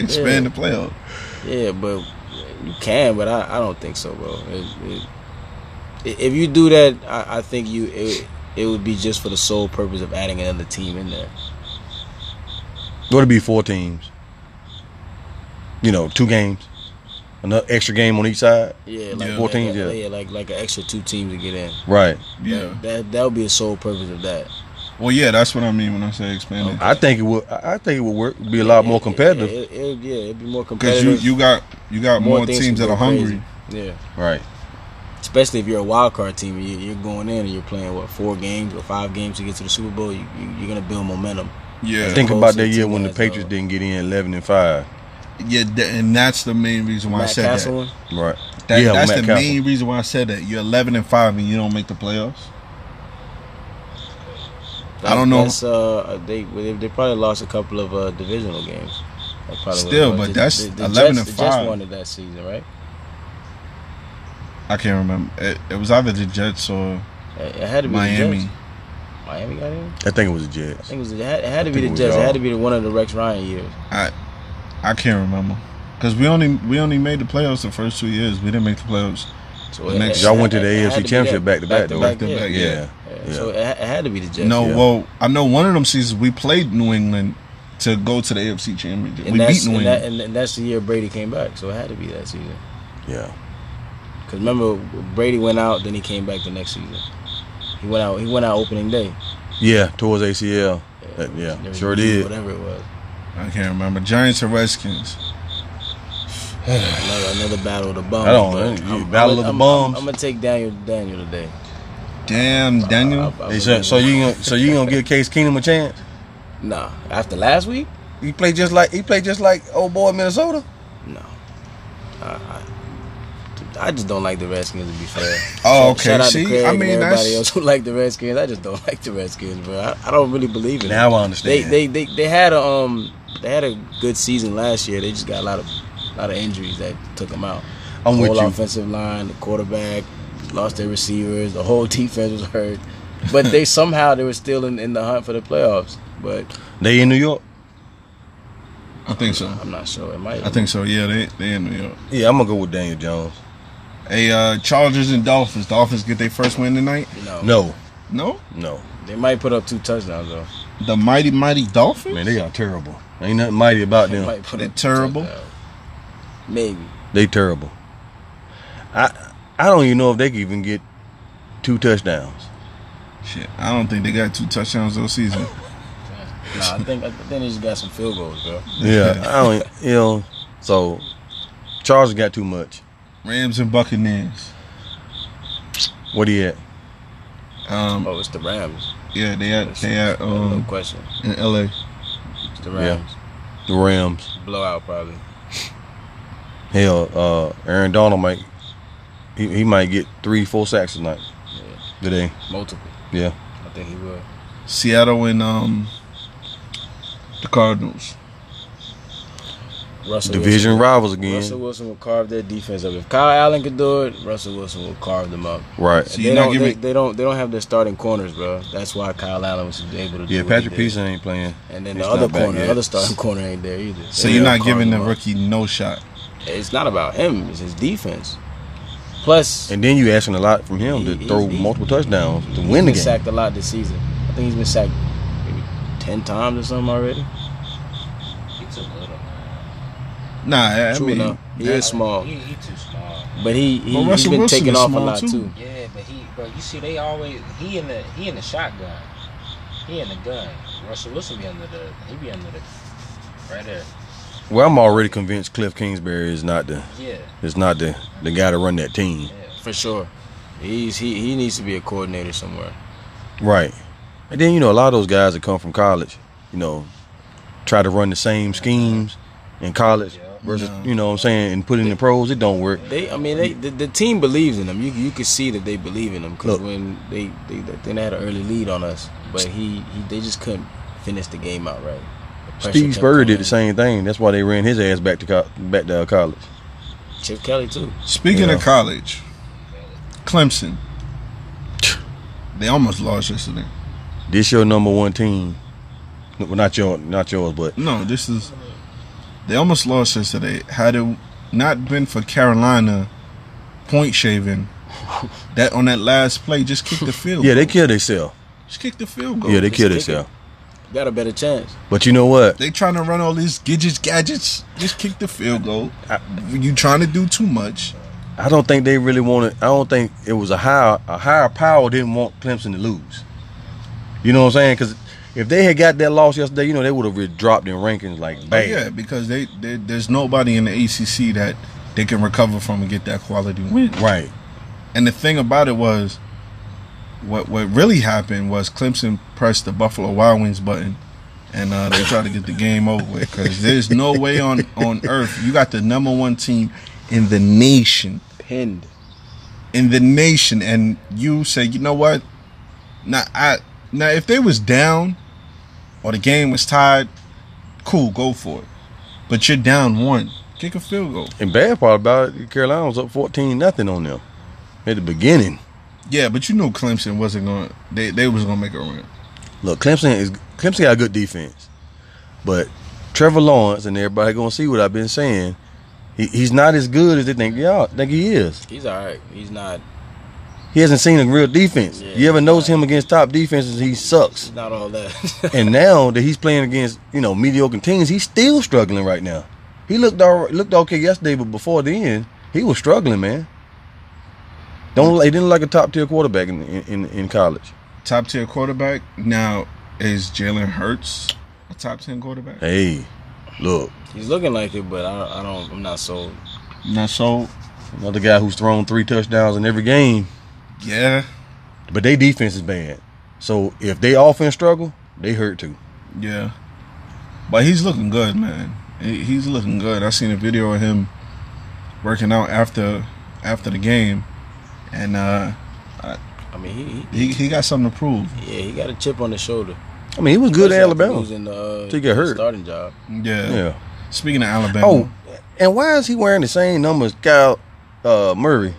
Expand the playoff. Yeah, but you can, but I, I don't think so, bro. It, it, if you do that, I, I think you it, it would be just for the sole purpose of adding another team in there. Going to be four teams. You know, two games, another extra game on each side. Yeah, like Yeah. Four like- teams, yeah. like like an extra two teams to get in. Right. Yeah. That that would be the sole purpose of that. Well, yeah, that's what I mean when I say expand Oh, it. I think it would. I I think it would work. Be a lot more It- it- competitive. It, it, it, yeah, it'd be more Because competitive. you, you got you got more, things teams that can go are hungry. crazy. Yeah, Right. especially if you're a wild card team, and you, you're going in and you're playing what four games or five games to get to the Super Bowl. You, you you're gonna build momentum. Yeah. Think Close about to that two year when the guys, Patriots though. didn't get in eleven and five. yeah, tha- and that's the main reason why I Matt said Castle, that. one? Right. that yeah, that's Matt the Castle. main reason why I said that. You're 11 and five and you don't make the playoffs. I don't know. That's, uh, they they they probably lost a couple of uh, divisional games. That's probably what it Still, was. but The- that's the, the 11 and Jets, The five. Jets wanted that season, right? I can't remember. It, it was either the Jets or It, it had to be The Miami. Jets. Miami got in. I think it was the I Jets. think it was it had, it had to I be think it the was Jets. It y'all. had to be the one of the Rex Ryan years. I can't remember. Because we only we only made the playoffs the first two years. We didn't make the playoffs. So The next- Y'all went to the it had AFC be Championship that. back to back though. Back to yeah. back, Yeah. yeah. Yeah, So it, ha- it had to be the Jets. No, Yeah. well, I know one of them seasons we played New England to go to the AFC Championship. And we that's beat New and, that, England. and, and that's the year Brady came back, so it had to be that season. Yeah. Cause remember Brady went out, then he came back the next season. He went out. He went out opening day. Yeah, towards ACL. Uh, yeah, Whatever sure it was, did. Whatever it was, I can't remember. Giants and Redskins. another, another battle of the bum. I don't know. Battle of the I'm, Bums. gonna take Daniel Daniel today. Damn, Uh, Daniel. I- I They believe said, it. so you gonna, so you gonna give Case Keenum a chance? Nah, after last week, He played just like he played just like old boy Minnesota. no. I, I, I just don't like the Redskins to be fair. Oh, Shout- okay. Shout out See, to Craig I and mean, everybody that's- else who like the Redskins. I just don't like the Redskins, bro. I, I don't really believe in it. Now I they, understand. they they they had a um they had a good season last year. They just got a lot of lot of injuries that took them out. I'm the with whole you. offensive line, the quarterback, lost their receivers, the whole defense was hurt. But they somehow they were still in, in the hunt for the playoffs. But They in New York. I think so. I'm not sure. It might I think so. Yeah, they they in New York. Yeah, I'm gonna go with Daniel Jones. Hey, uh, Chargers and Dolphins. Dolphins get their first win tonight. no. No, No, no, They might put up two touchdowns though. the mighty mighty Dolphins. man, they are terrible. Ain't nothing mighty about They them. might put They're up two terrible. touchdowns. Maybe. They terrible. I I don't even know if they can even get two touchdowns. Shit, I don't think they got two touchdowns this season. Nah, I think I think they just got some field goals, bro. Yeah, I don't. You know, so Charles got too much. Rams and Buccaneers. What he at? Um, Oh, it's the Rams. yeah, they at they at no um question. in L.A. It's the Rams. The Rams. Blowout probably. Hell, uh, Aaron Donald might he, he might get three, four sacks tonight. Yeah. Today, Multiple. yeah. I think he will. Seattle and um the Cardinals. Russell Division Wilson, rivals again. Russell Wilson will carve their defense up. If Kyle Allen could do it, Russell Wilson will carve them up. Right. So And you're they not don't. giving- they, they don't. They don't have their starting corners, bro. That's why Kyle Allen was able to. do Yeah, what he Patrick did. Peterson ain't playing. And then He's the other not back corner, yet. the other starting corner ain't there either. So They you're don't not giving the carve them up. rookie no shot. It's not about him. It's his defense. Plus, And then you asking a lot from him to He- throw he's- multiple touchdowns to he's win the been game. sacked a lot this season. I think he's been sacked maybe ten times or something already. He took a little. Nah, I, I True mean, enough, he is small, He, he too small. but he, he Well, has Russell been Wilson taking is off a small, lot too. too. Yeah, but he, bro, you see, they always he in the he in the shotgun. He in the gun. Russell Wilson be under the he be under the right there. Well, I'm already convinced Cliff Kingsbury is not the Yeah, is not the the guy to run that team. yeah. For sure. He's he, he needs to be a coordinator somewhere. Right. And then you know a lot of those guys that come from college, you know, try to run the same schemes in college Yeah. versus No. you know what I'm saying and put in the pros, it don't work. They I mean they the, the team believes in him. You you could see that they believe in him because Look. when they they I think they had an early lead on us, but he, he they just couldn't finish the game out right. The pressure Steve kept Spurrier did coming. the same thing. That's why they ran his ass back to co- back to uh, college. Chip Kelly too. Speaking Yeah. of college, Clemson. They almost lost yesterday. This your number one team. Well, not your not yours, but No, this is. They almost lost yesterday. Had it not been for Carolina point shaving, that on that last play just kicked the field. yeah, goal. they killed themselves. just kicked the field goal. Yeah, they Just killed kick themselves. Got a better chance. But you know what? They trying to run all these gadgets, gadgets. Just kick the field goal. you trying to do too much. I don't think they really wanted. I don't think it was a higher a higher power didn't want Clemson to lose. You know what I'm saying? Because if they had got that loss yesterday, you know they would have really dropped in rankings like bad. Yeah, because they, they there's nobody in the ACC that they can recover from and get that quality win. Right. And the thing about it was, what what really happened was Clemson pressed the Buffalo Wild Wings button, and uh, they tried to get the game over with because there's no way on on earth you got the number one team in the nation, Pinned. in the nation, and you say, you know what? Now I now if they was down, or the game was tied, cool, go for it. But you're down one, kick a field goal. And bad part about it, Carolina was up 14 nothing on them at the beginning. Yeah, but you knew Clemson wasn't going. to They they was gonna make a run. Look, Clemson is Clemson got a good defense, but Trevor Lawrence and everybody gonna see what I've been saying. He, he's not as good as they think y'all think he is. He's alright. He's not He hasn't seen a real defense. Yeah, you ever he's notice not. him against top defenses? He sucks. Not all that. and now that he's playing against you know mediocre teams, he's still struggling right now. He looked all looked okay yesterday, but before then he was struggling, man. Don't he didn't look like a top tier quarterback in in, in college. Top tier quarterback now is Jalen Hurts a top ten quarterback? Hey, look, He's looking like it, but I, I don't. I'm not sold. Not so. another guy who's thrown three touchdowns in every game, Yeah, but their defense is bad. So if they offense struggle, they hurt too. yeah. But he's looking good, man. He- He's looking good. I seen a video of him working out after after the game, and uh, I mean, he, he he he got something to prove. yeah, he got a chip on his shoulder. I mean, he was good at Especially after Alabama. losing the, uh, Till he get hurt. starting job. Yeah. Yeah. Speaking of Alabama, Oh, and why is he wearing the same number as Kyle uh, Murray?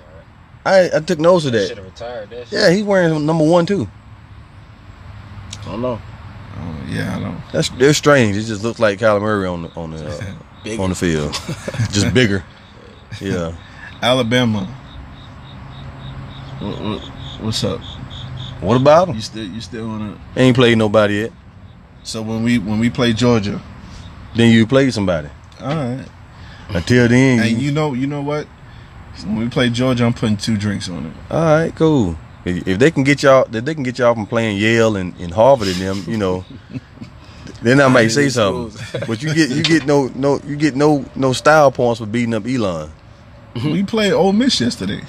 I, I took notes of that. Should have retired that. shit. Yeah, he's wearing number one too. I don't know. Oh, yeah, I don't. That's they're strange. It just looks like Kyler Murray on the on the uh, Big on the field, just bigger. Yeah, Alabama. What, what, what's up? what about him? You still you still on it? Ain't played nobody yet. So when we when we play Georgia, Then you play somebody. all right. Until then, And you- you know you know what? When we play Georgia, I'm putting two drinks on it. all right, cool. If, if they can get y'all, if they can get y'all from playing Yale and, and Harvard and them, you know, then I might say something. But you get you get no no you get no no style points for beating up Elon. we played Ole Miss yesterday.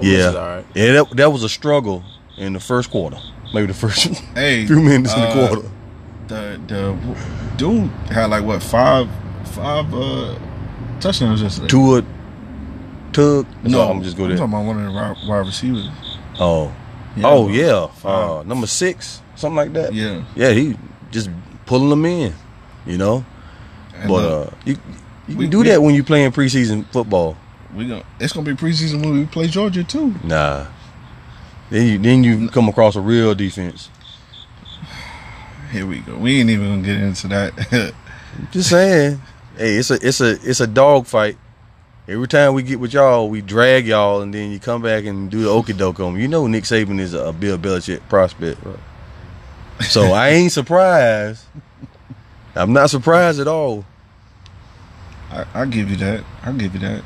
yeah, All right. yeah. That, that was a struggle in the first quarter, maybe the first Hey, few minutes in the uh, quarter. The the dude had like what five five uh touchdowns yesterday. Tua Tug. No, I'm just go I'm there. talking about one of the ri- wide receivers. Oh, oh yeah, uh, Five. number six, something like that. yeah. yeah. He just pulling them in, you know. And, but uh, you you we- can do we- that when you playing preseason football. we gonna it's gonna be preseason when we play Georgia too. Nah. Then you then you come across a real defense. Here we go. We ain't even gonna get into that. Just saying. hey, it's a it's a it's a dog fight. Every time we get with y'all, we drag y'all, and then you come back and do the okey doke on me. You know Nick Saban is a Bill Belichick prospect, right? so I ain't surprised. I'm not surprised at all. I, I give you that. I give you that.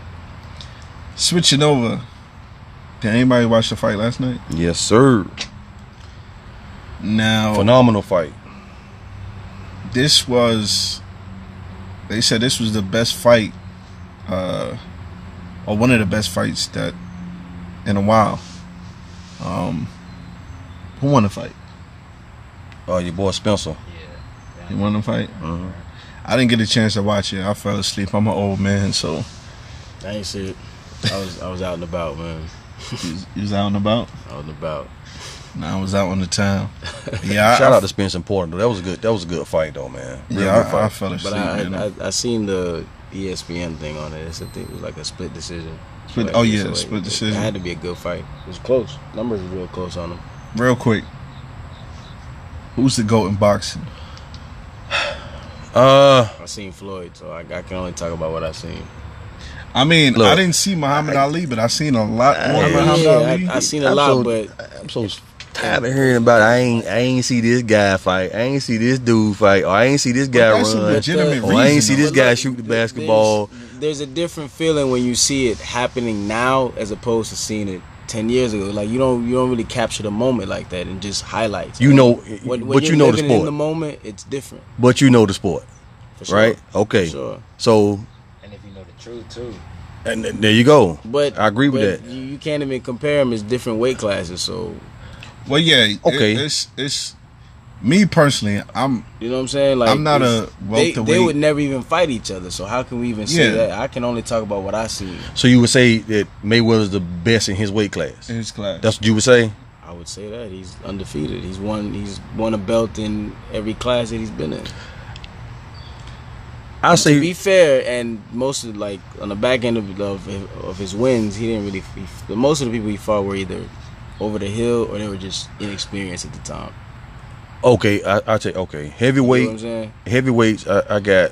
Switching over. Did anybody watch the fight last night? Yes, sir. Oh. Now Phenomenal fight. this was. They said this was the best fight, uh, or one of the best fights that in a while. Um, who won the fight? Oh, your boy Spencer. Yeah. You won the fight. I didn't get a chance to watch it. I fell asleep. I'm an old man, so I ain't see it. I was I was out and about, man. you was- you was out and about. Out and about. And I was out on the town. Yeah, I, Shout I, out to Spencer Porter. That was a good. That was a good fight, though, man. Real yeah, good I, I fight. fell asleep. But I, man. I I I seen the E ESPN thing on it. It's a thing, it was like a split decision. Split- Like, oh, it's yeah, like- split it- decision. It had to be a good fight. It was close. Numbers were real close on him. Real quick, who's the goat in boxing? uh, I seen Floyd, so I, I can only talk about what I seen. I mean, I Look, didn't see Muhammad Ali, but I seen a lot more Hey, Muhammad Ali. yeah, I, I seen a I'm lot, so- but I'm so tired of hearing about. It. I ain't. I ain't see this guy fight. I ain't see this dude fight. Or I ain't see this But guy that's a run. legit- legitimate Oh, I ain't see reason, this though. guy shoot the uh, There's- basketball. There's, a different feeling when you see it happening now as opposed to seeing it ten years ago. Like you don't you don't really capture the moment like that and just highlights. You know, When- when but you're you know the living In the sport. moment, it's different. But you know the sport, For sure. right? Okay. For sure. So, And if you know the truth too, and th- there you go. But I agree with but that. You, you can't even compare them. It's different weight classes. So Well, yeah, it- Okay. it's it's me personally. I'm you know what I'm saying. Like I'm not it's- a They, they welterweight. would never even fight each other. So how can we even say Yeah. that? I can only talk about what I see. So you would say that Mayweather's the best in his weight class. in his class. That's what you would say. I would say that he's undefeated. He's won. He's won a belt in every class that he's been in. I To say be fair, and most of like on the back end of of, of his wins, he didn't really. He, the most of the people he fought were either over the hill or they were just inexperienced at the time. okay. I, I say okay. You know what I'm Heavyweight, saying? heavyweights. I, I got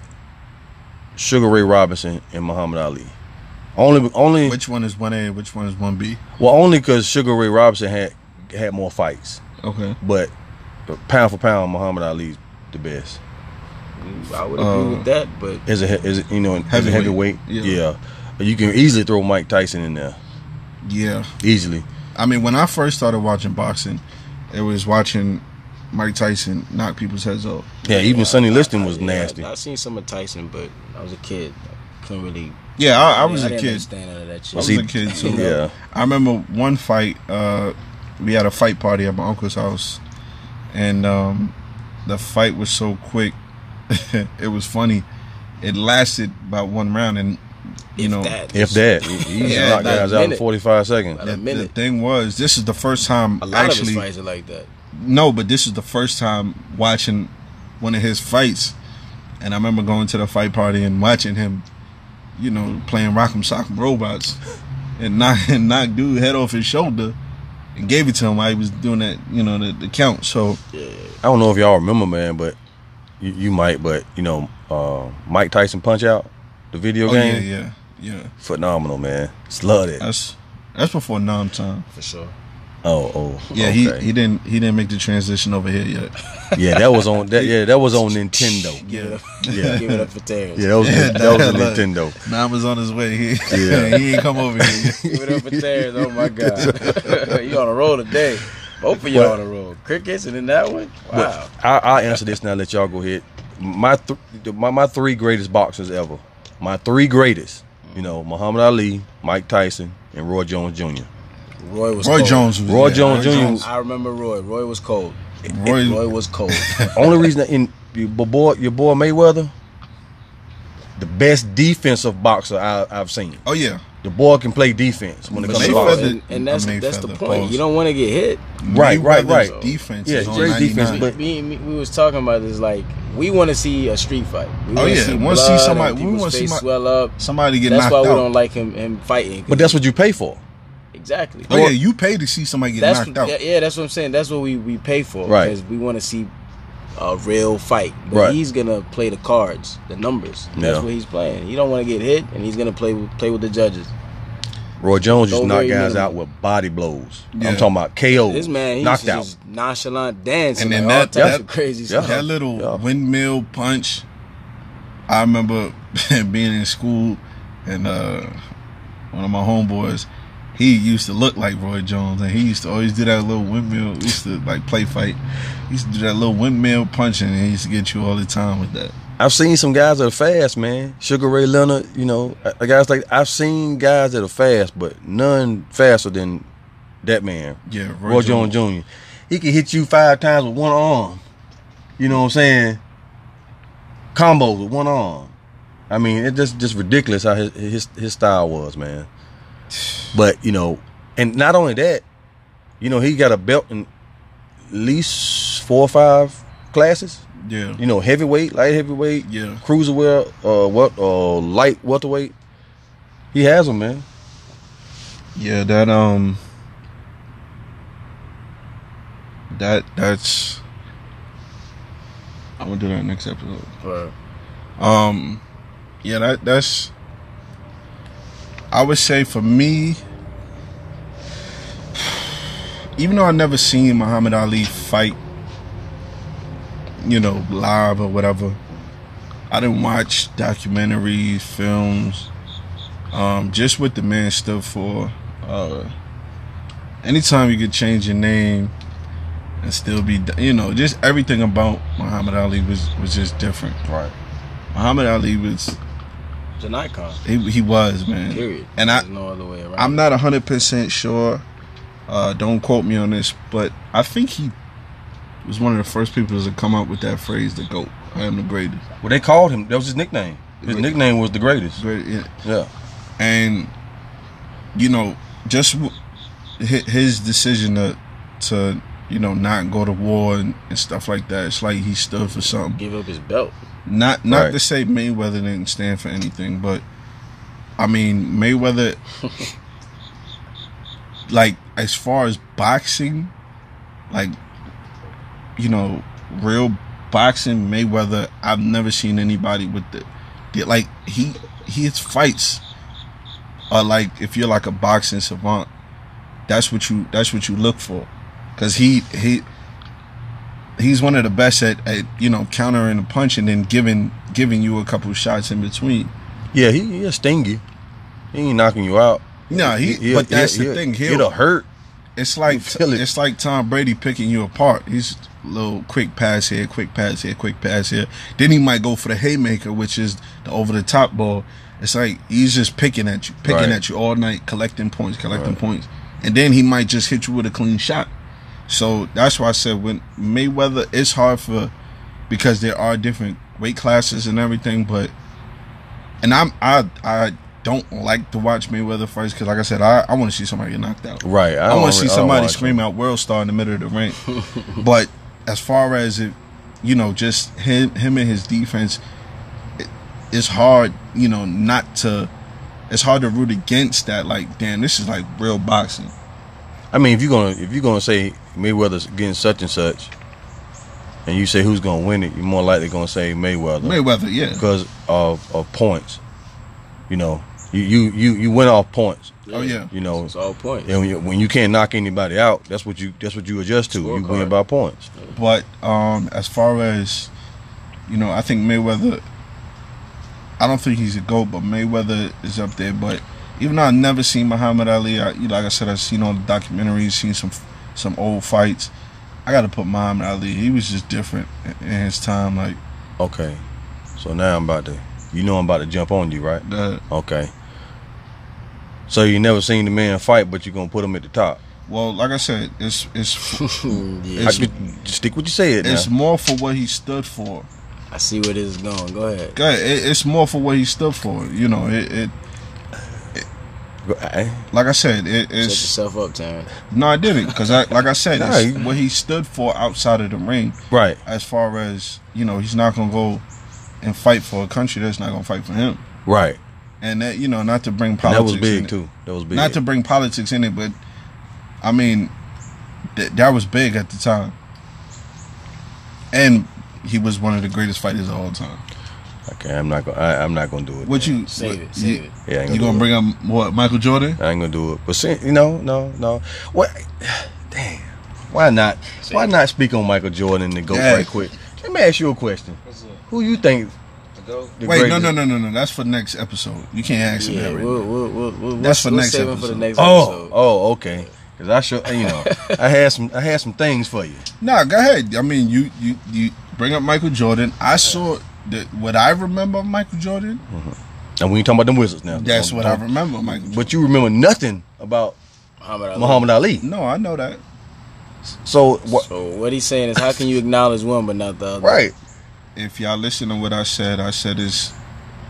Sugar Ray Robinson and Muhammad Ali. Only, only Which one is one A? Which one is one B? well, only because Sugar Ray Robinson had had more fights, Okay. but pound for pound, Muhammad Ali's the best. I would agree Uh, with that, but As a he- as a, you know as a Heavyweight. heavyweight, Yeah. yeah. you can easily throw Mike Tyson in there Yeah. easily. I mean, when I first started watching boxing, it was watching Mike Tyson knock people's heads off. Yeah, even Sonny Liston was yeah, nasty. I, I seen some of Tyson, but I was a kid. I couldn't really. Yeah, I, I was a I didn't kid. Understand none of that shit. I was See, a kid too. yeah, I remember one fight. Uh, we had a fight party at my uncle's house, and um, the fight was so quick. it was funny. It lasted about one round, and you If know, that, if that, he used to Yeah, knock about a guys out in minute. forty five seconds. About the, a the minute. thing was, this is the first time A lot actually. of his fights are like that. No, but this is the first time watching one of his fights, and I remember going to the fight party and watching him, you know, playing Rock'em Sock'em Robots, and knock and knock dude head off his shoulder, and gave it to him while he was doing that, you know, the, the count. So I don't know if y'all remember, man, but you, you might. But you know, uh, Mike Tyson punch out the video oh, yeah, Uh, game, yeah, yeah. phenomenal, man. Just love it. That's that's before Nam time. For sure. Oh, oh, Yeah, okay. he he didn't he didn't make the transition over here yet. yeah, that was on that. Yeah, that was on Nintendo. Yeah, Yeah. Give it up for Terrence. Yeah, that was that was a Look. Nintendo. Nam was on his way. He Yeah. he ain't come over here. Yet. Give it up for Terrence. Oh my God, you on a roll today. Both of y'all on a roll. Crickets and then that one. Wow. But I, I'll answer this now. Let y'all go ahead. My, th- my my three greatest boxers ever. My three greatest. You know, Muhammad Ali, Mike Tyson, and Roy Jones Jr. Roy was Roy cold. Jones. Was, Roy Jones Jr. I remember Roy. Roy was cold. Roy, Roy was cold. Only reason that in your boy your boy Mayweather, the best defensive boxer I, I've seen. Oh yeah. The boy can play defense when it But comes you to know, Mayweather- boxing. and, and that's I mean, that's the Feather point. Falls. You don't want to get hit. Right, right, Mayweather's right. Defense. Yeah, is on great defense, 99. but Me, me, we was talking about this. Like we want to see a street fight. We Oh, wanna yeah. see Wanna see blood and somebody- we people's wanna see face my- swell up. somebody get That's knocked why out. we don't like him him fighting. 'cause but that's what you pay for. exactly. Oh yeah, you pay to see somebody get that's knocked out. yeah, yeah, that's what I'm saying. That's what we we pay for, Right. Because we want to see a real fight. But Right. he's gonna play the cards, the numbers. That's Yeah. what he's playing. He don't want to get hit, and he's gonna play with- play with the judges. Roy Jones used to Don't knock worry, guys minimum. out with body blows. Yeah. I'm talking about KO. This man, he's knocked out. just nonchalant dance And and then like, that- all types that- of crazy yeah. stuff. That little Yeah. windmill punch. I remember being in school and uh, one of my homeboys, he used to look like Roy Jones and he used to always do that little windmill. He used to like play fight. He used to do that little windmill punching and he used to get you all the time with that. I've seen some guys that are fast, man. Sugar Ray Leonard, you know, uh, guys like I've seen guys that are fast, but none faster than that man, Yeah, Roy, Jones Jr. He can hit you five times with one arm. You know what I'm saying? Combos with one arm. I mean, it's just just ridiculous how his his, his style was, man. But you know, and not only that, you know, he got a belt in at least four or five classes Yeah. you know, heavyweight, light heavyweight, Yeah. cruiserweight, uh, what, uh, light welterweight. He has them, man. Yeah, that um that that's I'm gonna do that next episode. But Um, yeah, that that's. I would say for me, even though I never seen Muhammad Ali fight, you know, live or whatever, I didn't watch documentaries, films, um, just what the man stood for. Uh, anytime you could change your name and still be, you know, just everything about Muhammad Ali was was just different. Right. Muhammad Ali was it's an icon. he, he was man. Period. And I There's no other way around. I'm not hundred percent sure. Uh, don't quote me on this, but I think he was one of the first people to come up with that phrase, "the goat." I am the greatest. Well, they called him. That was his nickname. His nickname was the greatest. Great, yeah. Yeah. And you know, just w- hi- his decision to to you know not go to war and, and stuff like that. It's like he stood for something. give up his belt. Not not Right. to say Mayweather didn't stand for anything, but I mean Mayweather like as far as boxing, like you know, real boxing Mayweather, I've never seen anybody with the, the like he his fights or like if you're like a boxing savant, that's what you that's what you look for, because he he he's one of the best at, at you know countering a punch and then giving giving you a couple shots in between. Yeah, he he a stingy. He ain't knocking you out. No, he. He'll- but that's he'll- the thing. He'll, He'll, he'll hurt. it's like feel it. it's like Tom Brady picking you apart. He's a little quick pass here, quick pass here, quick pass here. Then he might go for the haymaker, which is the over the top ball. It's like he's just picking at you, picking Right. at you all night, collecting points, collecting points, and then he might just hit you with a clean shot. So that's why I said when Mayweather, it's hard for because there are different weight classes and everything. But and I'm I I don't like to watch Mayweather fights because like I said, I I want to see somebody get knocked out. Right. Oh, I, don't want to re- see don't somebody watch scream out "World Star" in the middle of the ring. but as far as it, you know, just him, him and his defense, it- it's hard, you know, not to. It's hard to root against that. Like, damn, this is like real boxing. him. I mean, if you're gonna if you're gonna say Mayweather's getting such and such, and you say who's gonna win it, you're more likely gonna say Mayweather. Mayweather, yeah, because of, of points. You know, you you you you went off points. Oh, yeah. You know, it's all points. and when you, when you can't knock anybody out, that's what you that's what you adjust to. You win Scorecard. by points. but um, as far as you know, I think Mayweather. I don't think he's a goat, but Mayweather is up there. But even though I've never seen Muhammad Ali, I, you know, like I said, I've seen all the documentaries, seen some some old fights. I got to put Muhammad Ali. He was just different in in his time. Like Okay, so now I'm about to, you know, I'm about to jump on you, right? the Okay. So you never seen the man fight, but you're gonna put him at the top. well, like I said, it's it's yeah, I could, just stick what you said. it's Now. more for what he stood for. I see where this is going. Go ahead. God, it, it's more for what he stood for. You know, it, it Go- I- like I said, it, Set it's yourself up, Taryn. No, I didn't, because I, like I said, Nah, it's he- what he stood for outside of the ring. Right. As far as you know, he's not gonna go and fight for a country that's not gonna fight for him. Right. And that you know, not to bring And that politics. was big in too. That was It. big. Not to bring politics in it, but I mean, th- that was big at the time. And he was one of the greatest fighters of all time. okay, I'm not gonna. I, I'm not gonna do it. What you Save what- it. Save you, it. Yeah, I ain't You do gonna it. bring up what Michael Jordan? I ain't gonna do it. But see, you know, no, no. What? Damn. Why not? Why not speak on Michael Jordan and go Yeah. right quick? Let me ask you a question. What's it? Who you think? The goat? The Wait, no, greatest- no, no, no, no. That's for next episode. You can't ask him Yeah, that right we'll, we'll, we'll, we'll, That's we'll for next save it for the episode. next Oh, episode. oh, okay. Cause I sure, you know, I had some, I had some things for you. Nah, go ahead. I mean, you you you bring up Michael Jordan. I saw the, what I remember of Michael Jordan. And we ain't talking about them wizards now. That's Don't- what I don't- remember. of Michael. Jordan. But you remember nothing about Muhammad Ali. Muhammad Ali. no, I know that. So what? So what he's saying is, how can you acknowledge one but not the other? Right. If y'all listen to what I said, I said is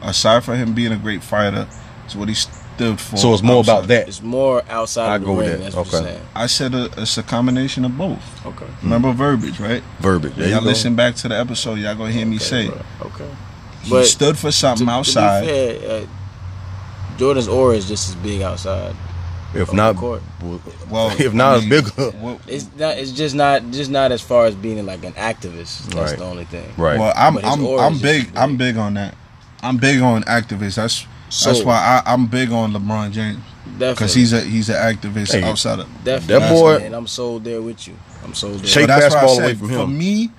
aside from him being a great fighter, it's what he stood for. So it's more about outside. that. It's more outside I of the go with ring. that. That's what Okay. you're saying. I said uh it's a combination of both. Okay. Remember verbiage, right? Verbiage. Mm. There you y'all go. listen back to the episode. Y'all gonna hear me say bro. Okay. he But stood for To- something to be outside. fair, uh, Jordan's aura is just as big outside. If on not, Oh, the court. well, if not, I it's mean, bigger. what- It's not. It's just not. Just not as far as being like an activist. That's Right. the only thing. Right. Well, I'm But his I'm aura I'm is big just I'm big. big on that. I'm big on activists. That's that's So- why I, I'm big on LeBron James Definitely. because he's a he's an activist Hey. outside of. definitely. That boy- And I'm sold there with you. I'm sold there. Shake- So that's why I fastball away said, from For him. me,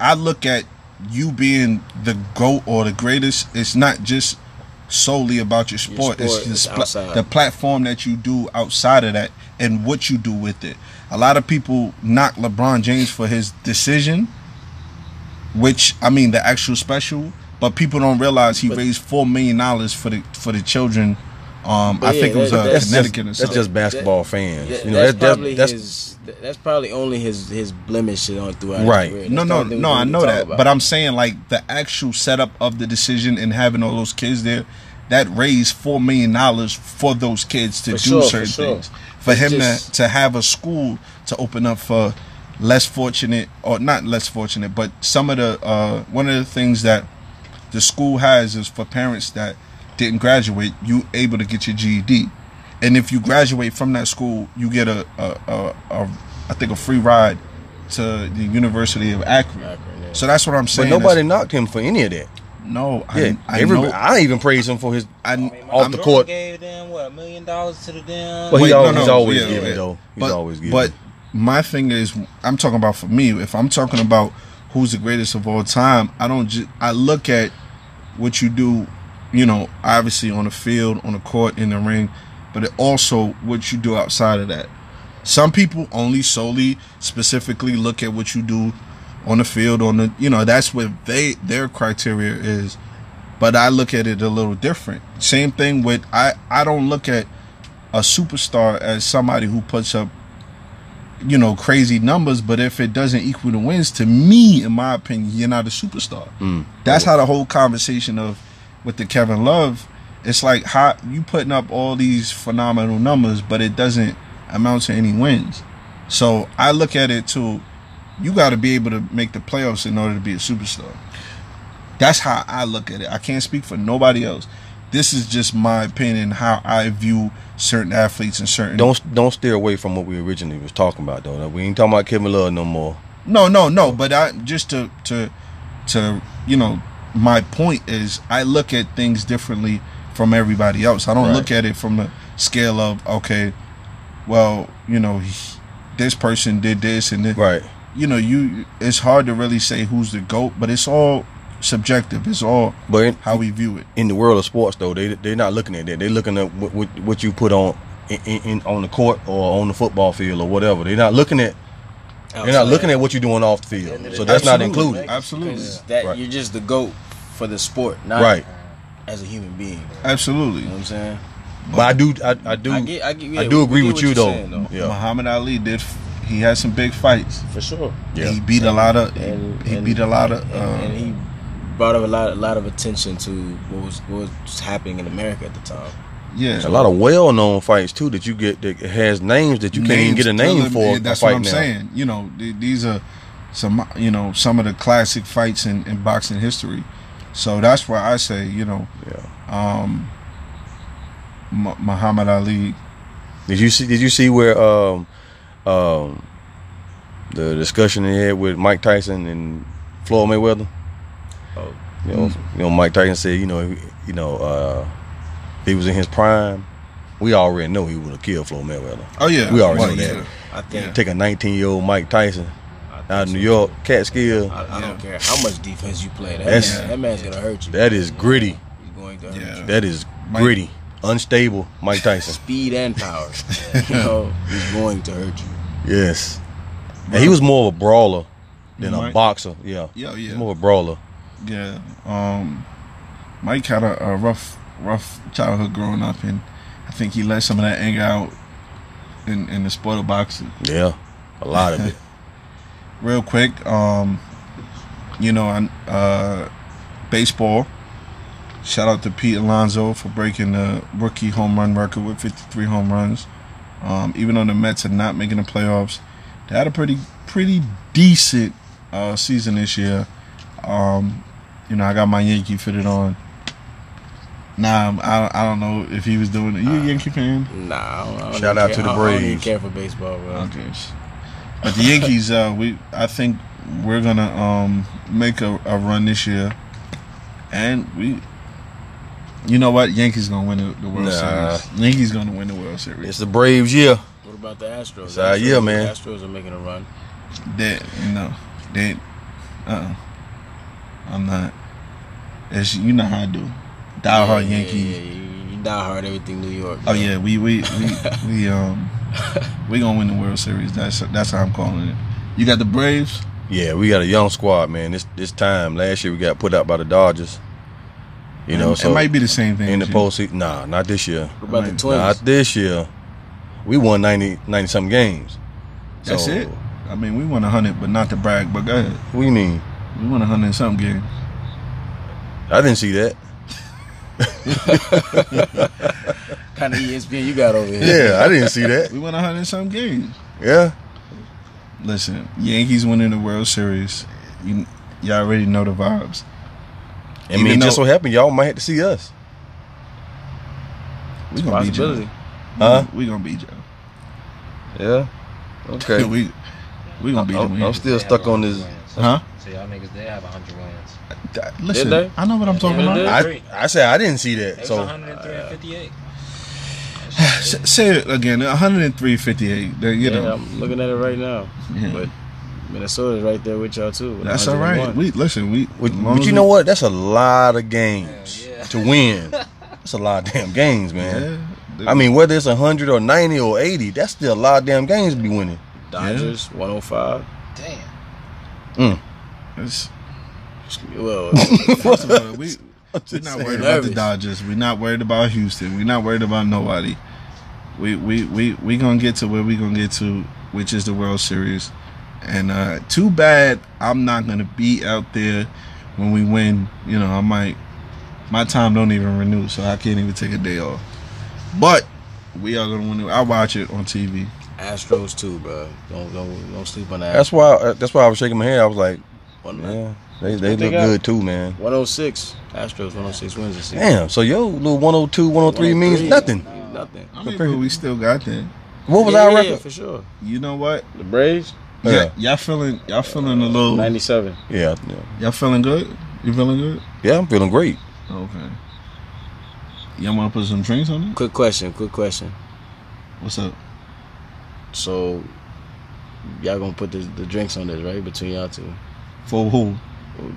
I look at you being the goat or the greatest. It's not just solely about your Your sport. sport it's is the, spl- outside. the platform that you do outside of that and what you do with it. A lot of people knock LeBron James for his decision, which I mean the actual special, but people don't realize he But- raised four million dollars for the for the children. Um, I But yeah, think it was that- uh, that's that's just, Connecticut or that's something. just basketball fans. That- you know, that's, that- probably that's, his. that- That's probably only his his blemish on throughout. his Right. career. That's No, the no, only thing no. we I can know talk that, about. but I'm saying like the actual setup of the decision and having all those kids there, that raised four million dollars for those kids to For do sure, for certain sure. things. For It's him just- to to have a school to open up for less fortunate or not less fortunate, but some of the uh, one of the things that the school has is for parents that didn't graduate, you able to get your GED. And if you graduate from that school, you get a, a, a, a I think a free ride to the University of Akron. Akron, yeah. So that's what I'm but saying. nobody knocked him for any of that. That's- No, Yeah, I, I every- know. I even praise him for his. I, I mean, my off the brother court. Gave them what a million dollars to the damn. But he Wait, al- no, no, he's always yeah, giving yeah. though. He's but, always giving. But my thing is, I'm talking about for me. If I'm talking about who's the greatest of all time, I don't. Ju- I look at what you do. You know, obviously on the field, on the court, in the ring, but it also what you do outside of that. Some people only solely specifically look at what you do on the field on the you know that's what they their criteria is but I look at it a little different. Same thing with I I don't look at a superstar as somebody who puts up you know crazy numbers, but if it doesn't equal the wins, to me, in my opinion, you're not a superstar. That's how the whole conversation of with the Kevin Love, it's like how you putting up all these phenomenal numbers, but it doesn't amount to any wins. So I look at it to you got to be able to make the playoffs in order to be a superstar. That's how I look at it. I can't speak for nobody else. This is just my opinion how I view certain athletes and certain. don't don't steer away from what we originally was talking about though. We ain't talking about Kevin Love no more. No, no, no. But I just to to to you know my point is I look at things differently from everybody else. I don't Right. look at it from the scale of okay, well you know he- this person did this and then Right. you know you it's hard to really say who's the goat, but it's all subjective. It's all But in, how we view it. in the world of sports though, they they're not looking at that. They're looking at what what, what you put on in, in, in- on the court or on the football field or whatever. They're not looking at they're not looking at what you're doing off the End of field. the So day. that's not Absolutely. included. Absolutely, Because that Right. you're just the goat for the sport, not Right. as a human being. absolutely. You know what I'm saying? But I do I, I do I get, I, get, yeah, I do we agree get with what you you're though. saying, Yeah. Muhammad Ali did. He had some big fights. for sure. Yeah. He beat a lot of. And- he and- beat a lot of. and, Uh, and he brought up a lot, a lot of attention to what was what was happening in America at the time. yeah, A lot of well-known fights too that you get that has names that you can't even names get a name still- for. yeah, a That's fight what I'm now. saying. You know, th- these are some. You know, some of the classic fights in, in boxing history. So that's why I say, you know, Yeah. um, M- Muhammad Ali. Did you see? Did you see where um, um, the discussion they had with Mike Tyson and Floyd Mayweather? Oh. You know, you know, Mike Tyson said, you know, he- you know, uh, he was in his prime. We already know he would have killed Floyd Mayweather. Oh yeah, We already Well, know that. yeah. I think. Take a 19 year old Mike Tyson I think out of so. New York, Catskill. I, I Yeah. don't care how much defense you play. That, That's- man, that man's gonna hurt you. That is gritty. He's going to hurt Yeah. you. That is Mike- gritty, unstable. Mike Tyson. Speed and power. you know, he's going to hurt you. yes. And he was more of a brawler than a Mike- boxer. Yeah. Yeah, He's yeah. more of a brawler. Yeah. Um, Mike had a, a rough, rough childhood growing up, and I think he let some of that anger out in in the sport of boxing. Yeah. A lot of it. Real quick, um, you know, on uh, baseball. Shout out to Pete Alonso for breaking the rookie home run record with 53 home runs. Um, even though the Mets are not making the playoffs, they had a pretty pretty decent uh, season this year. Um, you know, I got my Yankee fitted on. Nah, I'm- I, I don't know if he was doing it. You a Yankee fan? Nah. I don't, I don't Shout even out care. to the I don't- I don't even Braves. care for baseball, bro. Okay. But the Yankees, uh, we I think we're gonna um, make a, a run this year, and we, you know what, Yankees gonna win the, the World Nah. Series. Yankees gonna win the World It's Series. the Braves year. What about the Astros? It's The our Astros- year, man. The Astros are making a run. That no, they, uh, I'm not. It's you know how I do. Die hard Yeah, Yankee. Yeah, yeah, you, you die hard everything New York. Oh bro. yeah, we we we, we um we gonna win the World Series. That's that's how I'm calling it. You got the Braves. Yeah, we got a young squad, man. This this time last year we got put out by the Dodgers. You know, it, so it might be the same thing in the with you. postseason. Nah, not this year. What about the Nah, Twins? Not this year. We won 90, 90 something games. That's So, it. I mean, we won 100, but not to brag. But go ahead. What do you mean? We won 100 and something games. I didn't see that. kind of E ESPN you got over here. Yeah, I didn't see that. We won 100 and something games. Yeah. Listen, Yankees winning the World Series. You, you already know the vibes. I Even mean, it just though- so happened y'all might have to see us. We gonna beat Possibility. you. Huh? We gonna beat you. Yeah. Okay. We we gonna beat you. Oh, I'm, I'm still stuck on this Huh? So y'all niggas did have 100 wins. Th- Listen, they? I know what I'm talking Yeah, about. they I, I said I didn't see It that. was So 103 and 58. S- Say it again. 103.58. They- You Yeah, know, I'm looking at it right now. Yeah. But Minnesota's right there with y'all too. with that's all right. 101. We listen. We But, as but long as you we- know what? That's a lot of games Yeah, yeah. to win. That's a lot of damn games, man. Yeah. I mean, whether it's 100 or 90 or 80, that's still a lot of damn games to be winning. Dodgers 105. Damn. It's- Well, first of all, we we're not worried about the Nervous. Dodgers. We're not worried about Houston. We're not worried about nobody. We we we we gonna get to where we gonna get to, which is the World Series. And uh too bad I'm not gonna be out there when we win. You know, I might my time don't even renew, so I can't even take a day off. But we are gonna win. it. I watch it on TV. Astros too, bro. Don't don't don't sleep on that. That's why. uh, That's why I was shaking my head. I was like, One- yeah, they, they What they look got? good too, man. 106. Astros 106 wins this season. Damn. So yo, little 102, 103 means 103. nothing. Means Nothing. I mean, but we still got there. What was Yeah, our yeah, record? for sure. You know what? The Braves Yeah. Y'all feeling y'all feeling a Oh. little 97. Yeah, yeah, y'all feeling good? You feeling good? yeah. I'm feeling great. Okay. Y'all want to put some drinks on it? Quick question. Quick question. What's up? So y'all gonna put the, the drinks on this right between y'all two? For who?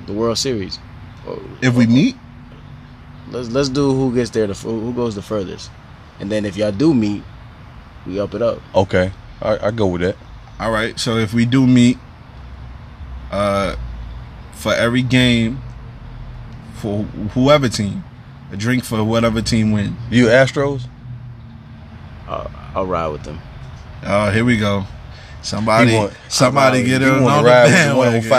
The World Series. Oh, If we meet, Let's let's do who gets there the f- who goes the furthest, and then if y'all do meet, we up it up. Okay, I, I go with that. all right. So if we do meet, uh, for every game, for whoever team, a drink for whatever team wins. You Astros? I'll, I'll ride with them. Oh, here we go. Somebody, He want- somebody I- get he her wanna on ride with the the 105.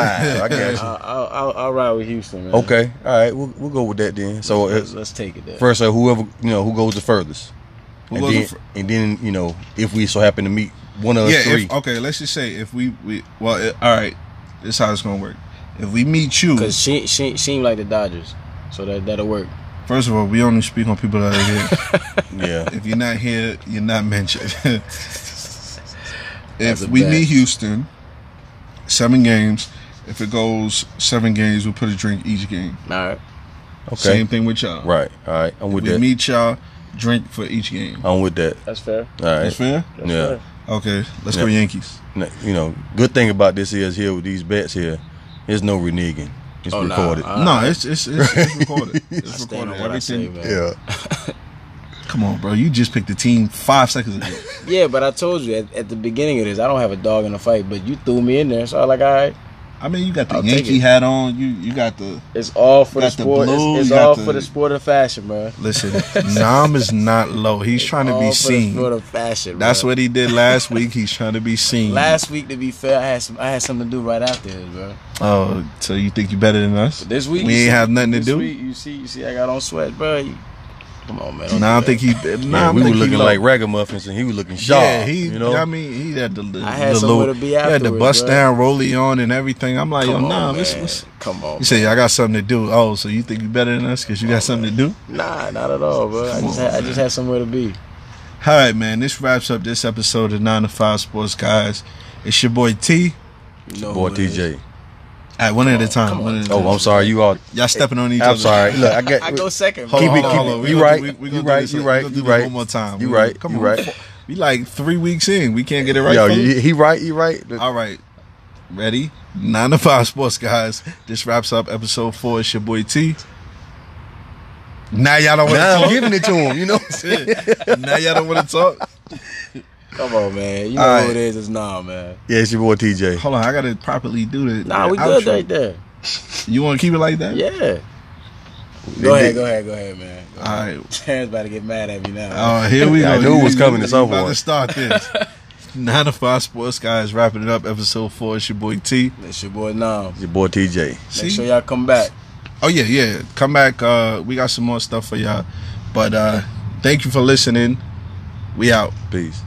I got you. I'll, I'll, I'll, I'll ride with Houston, man. Okay, all right. We'll, we'll go with that then. So let's, it's let's take it there. first, uh, whoever you know who goes the furthest, Who and goes then the fir- and then you know if we so happen to meet one of us yeah. uh, three. If, okay. Let's just say if we we well, it, all right. This is how it's gonna work. If we meet you, Cause she she she ain't like the Dodgers, so that that'll work. first of all, we only speak on people that are here. yeah, If you're not here, you're not mentioned. if a we bet. meet Houston, seven games. If it goes seven games, we'll put a drink each game. All right, okay, Same thing with y'all. right, all right. I'm with We that. meet y'all, drink for each game. I'm with that. that's fair. All right. That's fair? That's Yeah. fair. Okay, let's go Yeah. Yankees. N- You know, good thing about this is here with these bets here, there's no reneging. It's Oh, nah, recorded. I- Uh, no, it's it's, it's, it's recorded. I It's stand recorded. on what I say, Everything. man. yeah. Come on, bro. You just picked the team five seconds ago. Yeah, but I told you at, at the beginning of this, I don't have a dog in the fight, but you threw me in there, so I was like, all right, I mean, you got the I'll take Yankee it. hat on. You you got the it's all for You got the the sport. It's- blue, it's you got all the- for the sport of fashion, bro. listen. Nam is not low. He's trying to all be for seen. The sport of fashion. That's bro. what he did last week. He's trying to be seen. Last week, to be fair, I had some, I had something to do right after this, bro. Oh, so you think you better than us? But this week, We you ain't see- have nothing to this do? Week, you see, you see, I got on sweat, bro. You- Come on, man. No, don't I do don't think that. he. Nah, Yeah, I we think were he looking low. like ragamuffins, and he was looking sharp. Yeah, he. You know, I mean, he had the. the I had the somewhere little- to be He had the afterwards, bust bruh. down rolly on and everything. I'm like, Come yo, on, nah, man. let's, let's. Come on. You say I got something to do. Oh, so you think you better than us because you got something to do? Nah, not at all, bro. I Come just, on, had, I just had somewhere to be. All right, man. This wraps up this episode of Nine to Five Sports Guys. It's your boy T. You know boy who it is. TJ. At one at a time. come one on. at a Oh, time. I'm sorry. You all. Y'all stepping on each I'm other. sorry. Look, I I got. go second. Hold Keep on, it- hold keep on, it. hold on. You We gonna right. do- we- we You gonna do right. this- You we right. gonna do You this right. One more time. You We gonna- right. Come You on. right. We like three weeks in. We can't get it right. Yo, fellas? you- he right. He right. All right. Ready? Nine to five sports guys. This wraps up episode four. It's your boy T. Now y'all don't Now I'm want giving it to him. You know. to talk. now y'all don't want to talk. Come on, man. You know All who right. it is. It's nah, man. Yeah, it's your boy TJ. Hold on, I gotta properly do this. Nah, we outro. good right there. You wanna keep it like that? Yeah. Go ahead, go ahead, go ahead, man. All right. Terrence about to get mad at me now. Uh, here we go. I knew it was You- coming you at some about to point. start this. Nine to five sports guys wrapping it up. Episode four. It's your boy T. It's your boy Nom. It's your boy TJ. See? Make sure y'all come back. Oh yeah, yeah. Come back. Uh, we got some more stuff for y'all. But uh, thank you for listening. We out. Peace.